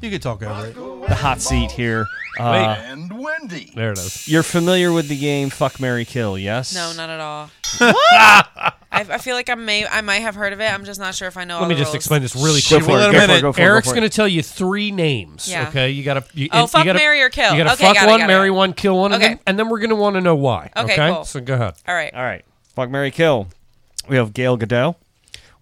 You could talk over it. the hot seat here. Uh, and Wendy. There it is. You're familiar with the game Fuck Mary Kill, yes? No, not at all. What? I, I feel like I may, I might have heard of it. I'm just not sure if I know. all Let me the just rules. explain this really Shh, quick. go for it, go Wait a for it, minute. go for it, go Eric's for it. going to tell you three names. Yeah. Okay, you got to. You, Oh, you fuck, gotta, marry, or kill. You got to Okay, fuck got it, one, got it, marry got it. one, kill one, Okay. and, then, and then we're going to want to know why. Okay, Okay, cool. so go ahead. All right. All right. Fuck Mary Kill. We have Gail Godot.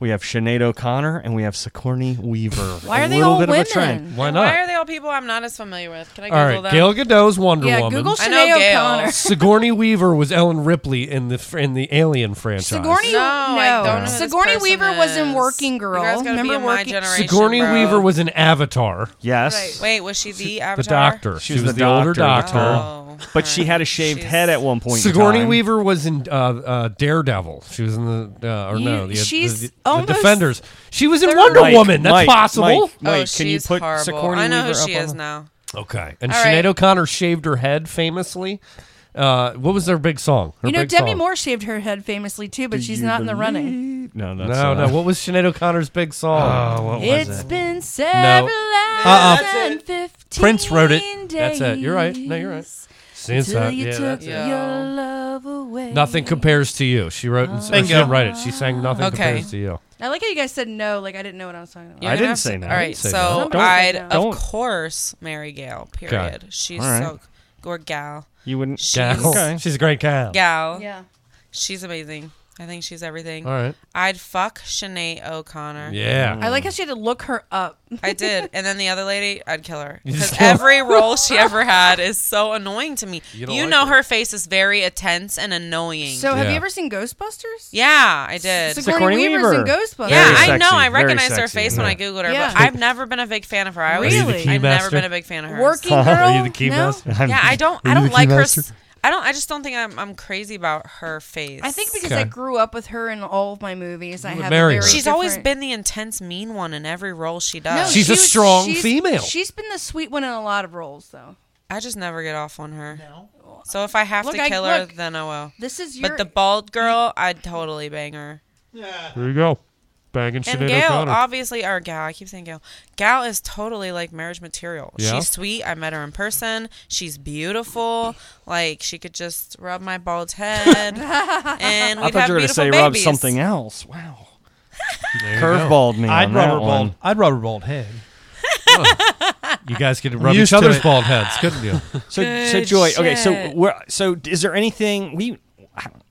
We have Sinead O'Connor and we have Sigourney Weaver. Why a are they little all bit of a women? trend. Why Why not? are they all people I'm not as familiar with? Can I Google All right, them? Gail Godot's Wonder Yeah, Woman. Google I know Sinead Gail. O'Connor. Sigourney Weaver was Ellen Ripley in the fr- in the Alien franchise. Sigourney, No, no, I don't know who this Sigourney person Weaver was in is. Working Girl. You guys gotta be Remember in my Working? generation, Sigourney bro. Weaver was in Avatar. Yes. Wait, was she the Avatar? Oh. The doctor. She, was, the, older doctor. But she had a shaved head at one point. in Sigourney time. Weaver was in uh, uh, Daredevil. She was in the uh, or no, You- the, she's the, the almost Defenders. She was in Wonder Mike, Woman. That's Mike, possible. Mike, Mike, can you Oh, she's put horrible. Sigourney I know Weaver who up she on is the- now. Okay, and All Sinead right. O'Connor shaved her head famously. Uh, what was their big song? Her You know, big Demi song. Moore shaved her head famously too, but Do she's you not in the running. No, that's No, uh, no. What was Sinead O'Connor's big song? Oh, what It's been several Uh-uh. hours and fifteen Prince wrote it. Days That's it. You're right. No, you're right. Since till I, you yeah, took that's it. your love away. Nothing compares to you. She wrote. and She Bingo. didn't write it. She sang nothing Okay. compares to you. I like how you guys said no, like I didn't know what I was talking about. You're I didn't gonna have say to- no. All I right, didn't say so no. Don't- I'd don't- of course marry Gail. Period. She's All right. so or gal. You wouldn't- She's, Gal. Okay. She's a great gal. Gal. Yeah. She's amazing. I think she's everything. All right. I'd fuck Sinead O'Connor. Yeah. I Hmm. like how she had to look her up. I did. And then the other lady, I'd kill her. You Because just kill her. every role she ever had is so annoying to me. You You, don't like know her. face is very intense and annoying. So have you ever seen Ghostbusters? Yeah, I did. Sigourney Sigourney Weaver's Weaver. in Ghostbusters. Yeah, Very I know. sexy, I very recognized her sexy. face when I Yeah. googled her, Yeah. but I've never been a big fan of her. I always, Are you the key I've master? never been a big fan of her. Working Are girl? you the key No? master? Yeah, I don't. Are I you don't the like key her. master? s- I don't. I just don't think I'm. I'm crazy about her face. I think because I Okay. grew up with her in all of my movies. I would have a marry her. very she's always different- been uh, the intense, mean one in every role she No, does. She's a she was- strong she's- female. She's been the sweet one in a lot of roles, though. I just never get off on her. So if I have Look, to I- kill her, look, then I will. this is your- But the bald girl, I'd totally bang her. There you go. Banging And Sinead Gail, O'Connor. obviously, or Gal, I keep saying Gal. Gal is totally like marriage material. Yeah. She's sweet. I met her in person. She's beautiful. Like she could just rub my bald head, and we'd I thought have you were going to beautiful say babies. rub something else. Wow. Curveballed me. I'd on rubber that bald. one. I'd rubber bald head. You guys could I'm rub used each to other's it. bald heads, couldn't you? So, so Good Joy. Okay, so shit. we're, so is there anything we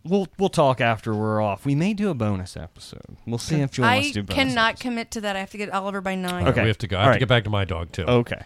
we'll we'll talk after we're off? We may do a bonus episode. We'll see if Joy wants I to do a bonus. cannot commit to that. I have to get Oliver by nine. Okay, We have to go. I All have right. to get back to my dog too. Okay,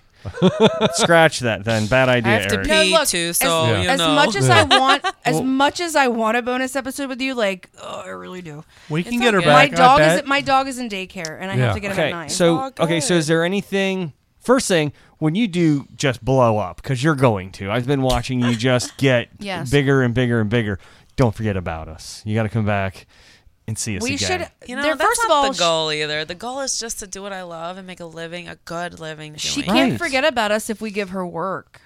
scratch that then. Bad idea, have to Eric. pee. look, too, as- so as, you know. much as Yeah. I want, as Well- much as I want a bonus episode with you, like oh, I really do. We It's can get her okay. My back, I dog is bet. my dog is in daycare, and I have to get okay, him at nine. So okay, so is there anything? First thing, when you do just blow up, because you're going to. I've been watching you just get Yes. bigger and bigger and bigger. Don't forget about us. You got to come back and see us We again. should- You know, There- that's first of not all, the sh- goal either. The goal is just to do what I love and make a living, a good living. She doing it. can't forget about us if we give her work.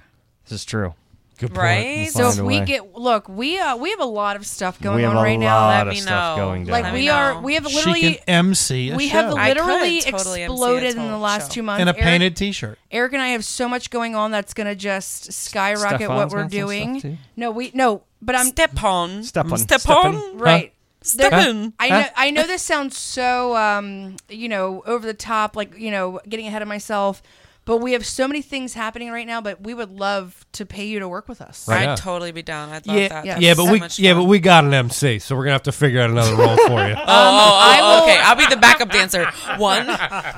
This is true. Good point. Right? We'll so find if a we way. get look, we uh we have a lot of stuff going We have on a right now. lot Let of me stuff know. going Like down. we Let me are know. we have She literally can MC a we have show. I could literally totally MC a exploded in total the last show. two months And a Eric- painted t-shirt. Eric and I have so much going on that's gonna just skyrocket what Stefan's we're got some stuff, doing. too. No, we no, but I'm Step on. Step on. Step Step on. on. Right. Step There- in. I know. I know this sounds so, um, you know, over the top, like you know, getting ahead of myself. But we have so many things happening right now. But we would love to pay you to work with us. Right. I'd totally be down. I'd love yeah, that. yeah, Oh, That's but so we much yeah, fun. but we got an MC, so we're gonna have to figure out another role for you. Oh, oh, Um, I oh, will- okay. I'll be the backup dancer. One,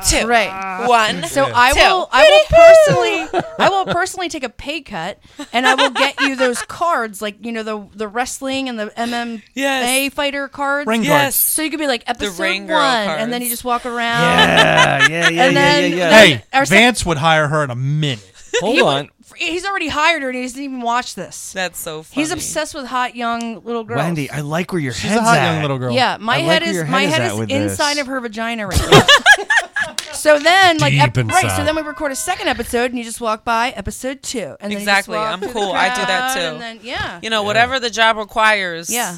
two, Right. one. So I two. will. I will personally. I will personally take a pay cut, and I will get you those cards, like you know the the wrestling and the MMA fighter cards. Ring Yes. cards. So you could be like episode ring one, girl and then you just walk around. yeah, yeah, And yeah, then- yeah, yeah. Hey, our sec- Vance would hire her in a minute. He would- He's already hired her, and he doesn't even watch this. That's so funny. He's obsessed with hot young little girls. Wendy, I like where your She's a head's hot at. young little girl. Yeah, my I like head where is your my head is head at is, with inside this. of her vagina right now. so then, like, Deep ep- right. So inside. then we record a second episode, and you just walk by episode two, and then you just exactly. walk I'm through the cool. I do that crowd, too. And then yeah, You know, whatever the job requires. Yeah.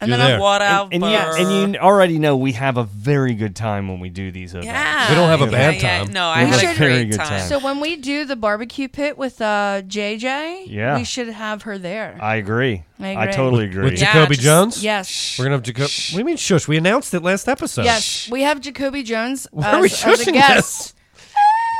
And You're then there. I'm whatever. And, and, yeah, and you already know we have a very good time when we do these events. Yeah. We don't have a bad Yeah, yeah. time. No, I had a very great good time. time. So when we do the barbecue pit with uh, JJ, Yeah. we should have her there. I agree. I I, agree. totally agree. With Jacoby Jones? yes. We're gonna have Jacoby. What do you mean shush? We announced it last episode. Yes, we have Jacoby Jones Why are we as, as a shushing guest.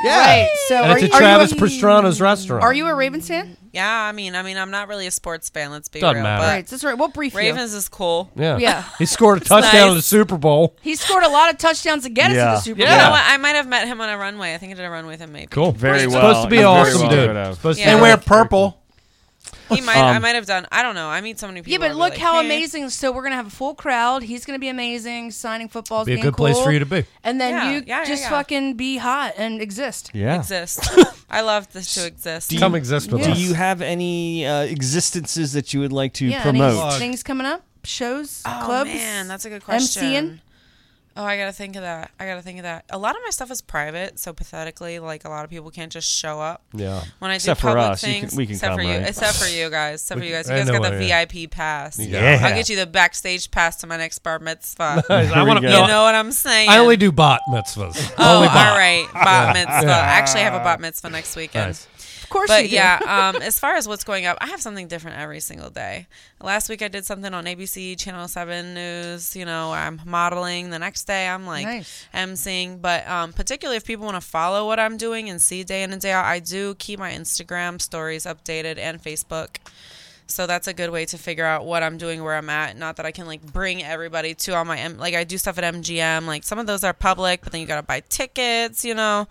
Yeah. Right. So And are it's you, at are you Travis a- Pastrana's restaurant. Are you a Ravens fan? Yeah, I mean, I mean, I'm not really a sports fan. Let's be Doesn't real. matter. But Right, that's right. We'll brief you. Ravens is cool. Yeah. Yeah. He scored a It's touchdown in the nice. Super Bowl. He scored a lot of touchdowns to get us to the Super Bowl. You know what? I might have met him on a runway. I think I did a runway with him, maybe. Cool. Very Supposed well. to be You're very awesome, well dude. thought of. Supposed Yeah. to And be wear purple. He might. I Um, might have done. I don't know. I meet so many people. Yeah, but I'll be look like, how "Hey." amazing. So we're gonna have a full crowd. He's gonna be amazing. Signing footballs. Be a being good place for cool. you to be. And then Yeah, you yeah, yeah, just yeah. fucking be hot and exist. Yeah. Exist. I love this to exist. Do you- Do you have any uh, existences that you would like to yeah. any promote? things coming up? Shows, Oh clubs. man, that's a good MCing. question. Oh, I gotta think of that. I gotta think of that. A lot of my stuff is private, so pathetically, like a lot of people can't just show up. Yeah. When I do Except for public us. You can- things, we can except come, for you, right? except for you guys, except We- for you guys. You I guys know got I the am. VIP pass. Yeah. I'll get you the backstage pass to my next bar mitzvah. Nice. I you wanna- no, know what I'm saying? I only do bot mitzvahs. Oh, Only bot. all right, bat Yeah. mitzvah. Yeah. I actually have a bat mitzvah next weekend. Nice. Of course but you do. yeah, um, as far as what's going up, I have something different every single day. Last week I did something on ABC Channel Seven News. You know, I'm modeling. The next day I'm like Nice. emceeing. But um, particularly if people want to follow what I'm doing and see day in and day out, I do keep my Instagram stories updated and Facebook. So that's a good way to figure out what I'm doing, where I'm at. Not that I can like bring everybody to all my M- like I do stuff at MGM. Like some of those are public, but then you gotta buy tickets, you know.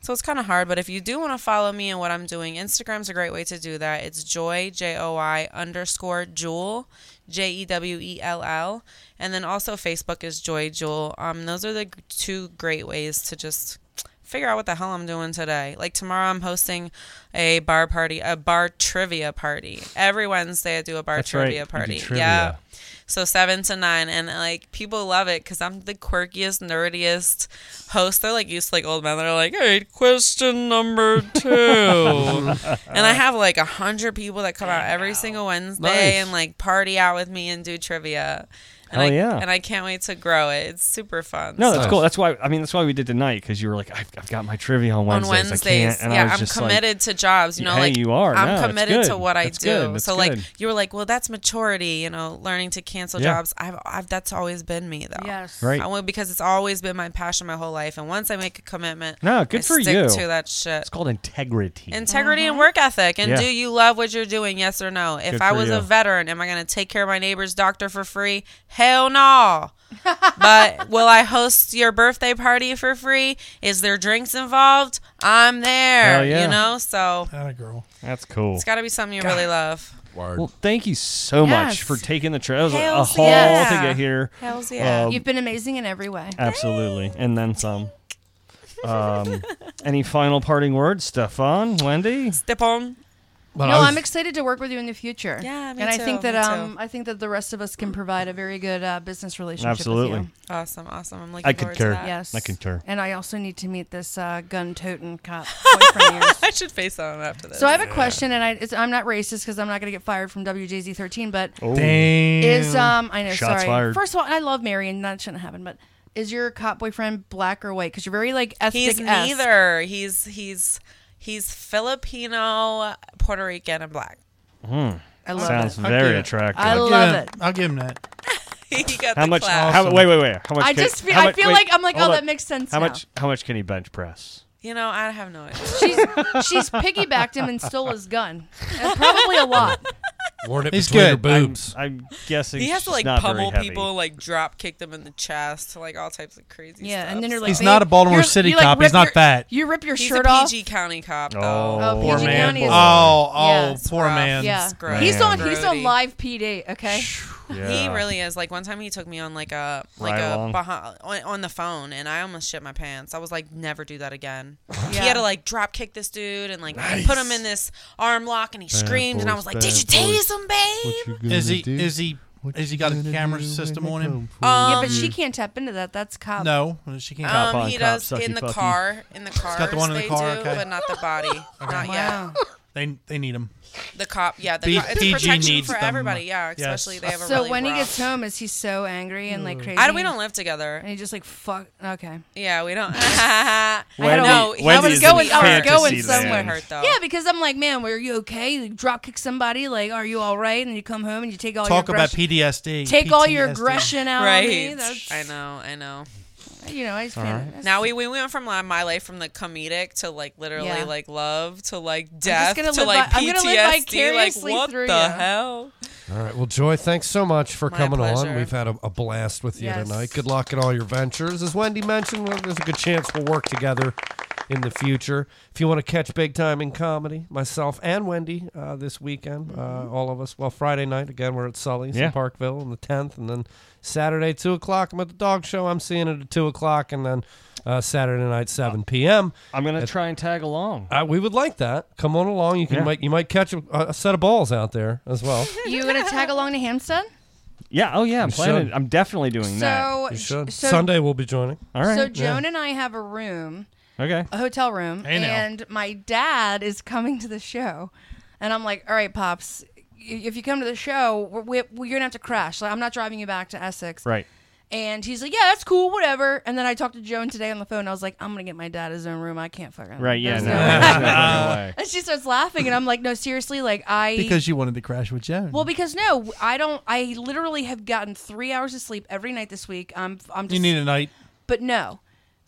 So it's kind of hard. But if you do want to follow me and what I'm doing, Instagram's a great way to do that. It's joy j o i underscore jewel j e w e l l, and then also Facebook is joy jewel. Um, those are the g- two great ways to just figure out what the hell I'm doing today. Like tomorrow, I'm hosting a bar party, a bar trivia party. Every Wednesday, I do a bar That's right. trivia You do party. trivia. Yeah. So seven to nine, and like people love it because I'm the quirkiest, nerdiest host. They're like used to like old men. They're like, hey, question number two, and I have like a hundred people that come out every single Wednesday Nice. and like party out with me and do trivia. And Hell I, yeah. And I can't wait to grow it. It's super fun. No, that's So- cool. That's why I mean that's why we did tonight because you were like, I've, I've got my trivia on Wednesdays. on Wednesdays. I can't, and yeah, I was am just committed to jobs. You know, Hey, like you are. No, I'm it's committed to good. what I That's do. good. That's So like good. you were like, well, that's maturity. You know, learning to cancel Yeah. jobs. I've, I've that's always been me though. Yes. Right. I went because it's always been my passion my whole life. And once I make a commitment, Like, no, good I for stick you. To that shit. It's called integrity. Integrity and work ethic. And Mm-hmm. Yeah. do you love what you're doing? Yes or no? If Good I for was you. a veteran, am I going to take care of my neighbor's doctor for free? Hell no. but will I host your birthday party for free? Is there drinks involved? I'm there. Hell yeah. Uh, You know, so girl. That's cool. it's got to be something you really love. Well, thank you so much Yes. for taking the trip. It was a- a Hells haul yeah. to get here. Hells yeah. Um, You've been amazing in every way. absolutely, and then some. Um, any final parting words, Stefan, Wendy? Step on. Well, no, I was- I'm excited to work with you in the future. Yeah, me and I too, think that me too. um, I think that the rest of us can provide a very good uh, business relationship. with Absolutely. you. Awesome, awesome. I'm looking I forward to concur. that. Yes, I concur. And I also need to meet this uh, gun-toting cop boyfriend of yours. I should face on after this. So I have a Yeah. question, and I, it's, I'm not racist because I'm not going to get fired from WJZ 13. But Oh. Damn. is um I know Shots sorry. fired. First of all, I love Mary, and that shouldn't happen. But is your cop boyfriend black or white? Because you're very like ethnic. He's neither. He's he's he's Filipino, Puerto Rican, and black. Mm. I love Sounds it. very Okay. attractive. I I'll love give him- it. I'll give him that. he got How the much? clap. How, wait, wait, wait. How much? I can- just feel- how I much- feel wait, like- I'm like, oh, hold that on. makes sense How now. much? How much can he bench press? You know, I have no idea. She's piggybacked him and stole his gun. And probably a lot. Ward it He's between your good. I'm- boobs. I'm guessing He has to she's like not very pummel heavy. people, like drop kick them in the chest, like all types of crazy Yeah, stuff. and then you're so- like, He's not a babe, Baltimore you're- City you, like, cop. He's rip not your- fat. you rip your He's shirt a off. PG County cop. Though. Oh, Oh, poor PG man. County is- Oh, oh, Yeah. It's poor rough. man. Yeah. gross. He's on he's Grody. on live PD, okay? He Oh. Yeah. really is. Like one time he took me on like a like Ride a along. behi- on, on the phone, and I almost shit my pants. I was like, never do that again. He Yeah. had to like drop kick this dude and like put him in this arm lock, and he screamed, and I was like, did you tase him, babe? Is he? Is he? Has he got a camera system on him? yeah, but she can't tap into that. That's cop. No, she Oh, can't. Um, he does in the car, in the car. He's got the one in the car. okay. but not the body. Not yet. They they need him. The cop, yeah, the P- cop, it's a PG protection needs for them. everybody, yeah, Yes. especially they have a So really when rough, he gets home, is he so angry and like crazy? I don't- we don't live together. And he just like fuck. Okay. Yeah, we don't. I Wendy- know. I was going. I was going Fantasy somewhere. land. Hurt, though. yeah, because I'm like, man, were you okay? You drop kick somebody. Like, are you all right? And you come home and you take all Talk your about aggression- PTSD. Take all your PTSD. aggression out on me. Right. That's, I know. I know. you know, I just All can't- right. that's- Now we, we went from like, my life from the comedic to like literally Yeah. like love to like just death gonna to live like vi- I'm PTSD. gonna live vicariously like what through the you. hell? All right. Well, Joy, thanks so much for My coming on. pleasure. We've had a, a blast with you Yes. tonight. Good luck in all your ventures. As Wendy mentioned, well, there's a good chance we'll work together in the future. If you want to catch Big Time in Comedy, myself and Wendy uh, this weekend, uh, all of us. Well, Friday night, again, we're at Sully's Yeah. in Parkville on the 10th. And then Saturday, 2 o'clock, I'm at the dog show. I'm seeing it at 2 o'clock. And then uh, Saturday night, 7 p.m. I'm going to try and tag along. Uh, we would like that. Come on along. You can Yeah. make, you might catch a, a set of balls out there as well. you gonna tag along to Hampstead? Yeah. Oh yeah. I'm You planning. should. I'm definitely doing that. So- You should. so- Sunday we'll be joining. All right. So Joan and I have a room, Okay. a hotel room, Hey, now. and my dad is coming to the show, and I'm like, all right, pops, y- if you come to the show, we we you're gonna have to crash. Like, I'm not driving you back to Essex. Right. And he's like, yeah, that's cool, whatever. And then I talked to Joan today on the phone. And I was like, I'm gonna get my dad his own room. I can't fucking. Right, yeah, there's no, way." there's no fucking way. And she starts laughing, and I'm like, no, seriously, like I Because you wanted to crash with Joan. Well, because no, I don't. I literally have gotten three hours of sleep every night this week. I'm. I'm just. you need a night. But no,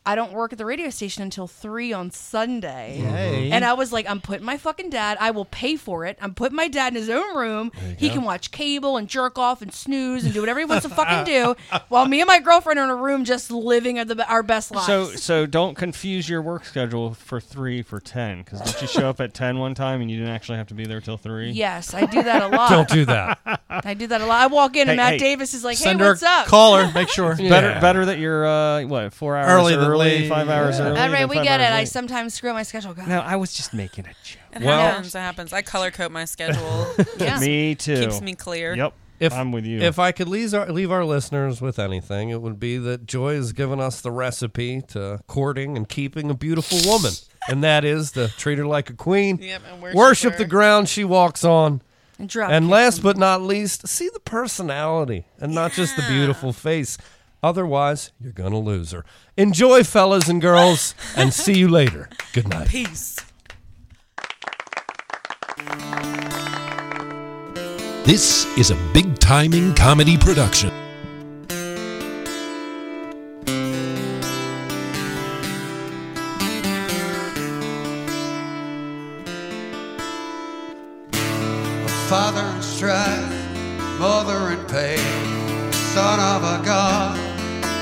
I don't work at the radio station until three on Sunday. Hey. And I was like, I'm putting my fucking dad. I will pay for it. I'm putting my dad in his own room. He go. can watch cable and jerk off and snooze and do whatever he wants to fucking do, while me and my girlfriend are in a room just living our, the, our best lives. So so don't confuse your work schedule for three for ten because did you show up at ten one time and you didn't actually have to be there till three? Yes, I do that a lot. Don't do that. I do that a lot. I walk in and Hey, Matt hey. Davis is like, "Hey, Send her what's up?" It's Better better that you're uh what four hours Early than early late. five hours Yeah. early. All right, than we five get it. hours I late. sometimes screw my schedule. God. No, I was just making a joke. It Well- happens. It happens. I color code my schedule. Me too. Keeps me clear. Yep. If- I'm with you. If I could leave our, leave our listeners with anything, it would be that Joy has given us the recipe to courting and keeping a beautiful woman, and that is to treat her like a queen, Yep, and worship, worship her. the ground she walks on, And drop and kick last but not least, see the personality and not just the beautiful face. Otherwise, you're gonna lose her. Enjoy, fellas and girls, and see you later. Good night. Peace. This is a big timing comedy production. Father in strife, mother in pain, son of a god,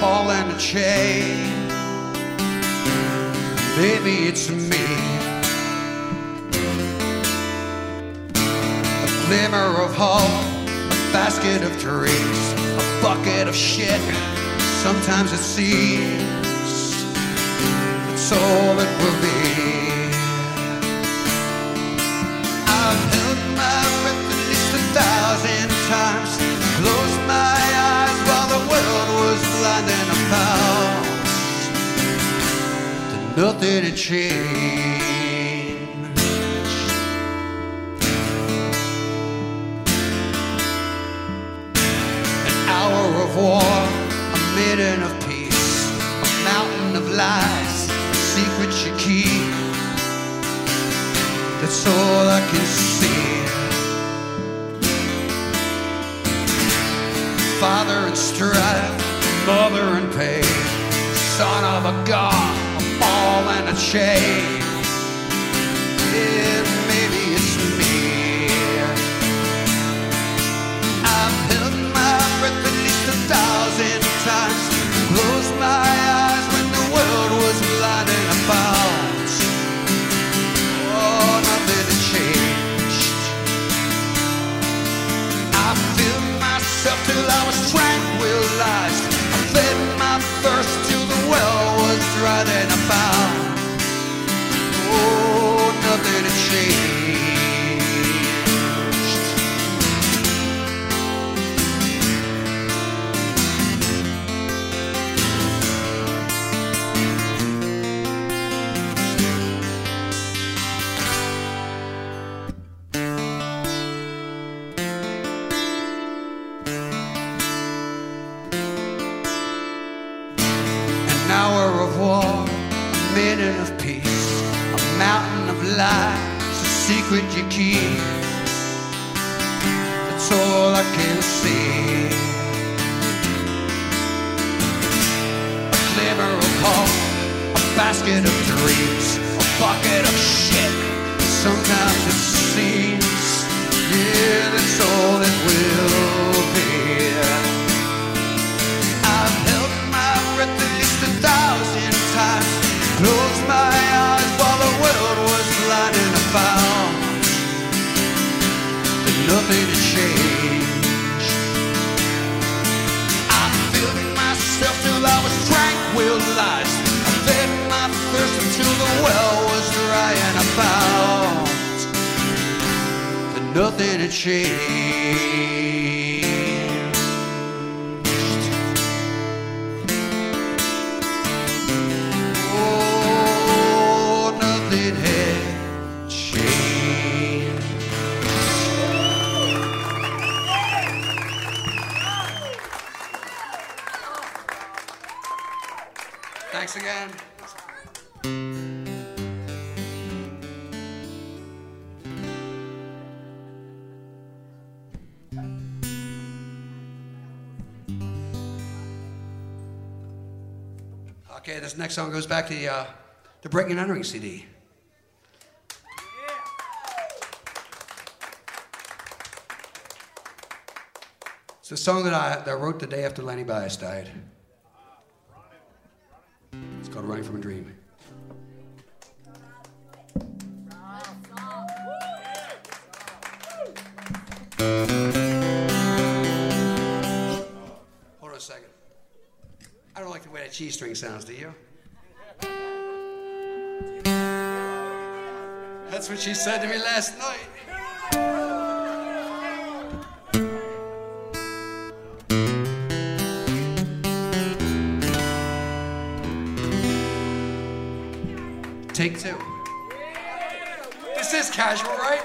all in a chain. Baby, it's me, a glimmer of hope, a basket of trees, a bucket of shit. Sometimes it seems it's all it will be. I've nothing had changed. An hour of war, a minute of peace, a mountain of lies, secrets you keep. That's all I can see. Father in strife, mother in pain, son of a god, a ball and a chain. Yeah, maybe it's me. I've held my breath at least a thousand times, closed my eyes when the world was blinded about. Oh, nothing to change. I filled myself till I was tranquilized. I fed my thirst till the well was dried and I found. Oh, nothing to change. an hour of war, a minute of peace, a mountain of lies, a secret you keep. That's all I can see. A glimmer of hope, a basket of dreams, a bucket of shit. Sometimes it seems, yeah, that's all it will be. I've held my breath at least a thousand times. Closed my eyes while the world was blinding I found that nothing had changed. I filled myself till I was tranquilized. I fed my thirst until the well was dry and I found that nothing had changed. Oh, nothing had changed. Thanks again. Okay, this next song goes back to the, uh, the Breaking and Entering CD. It's a song that I, that I wrote the day after Lenny Bias died. It's called Running from a Dream. Hold on a second. I don't like the way that cheese string sounds, do you? That's what she said to me last night. Take two. This is casual, right?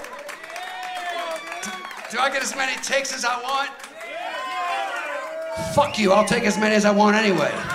Do I get as many takes as I want? Fuck you, I'll take as many as I want anyway.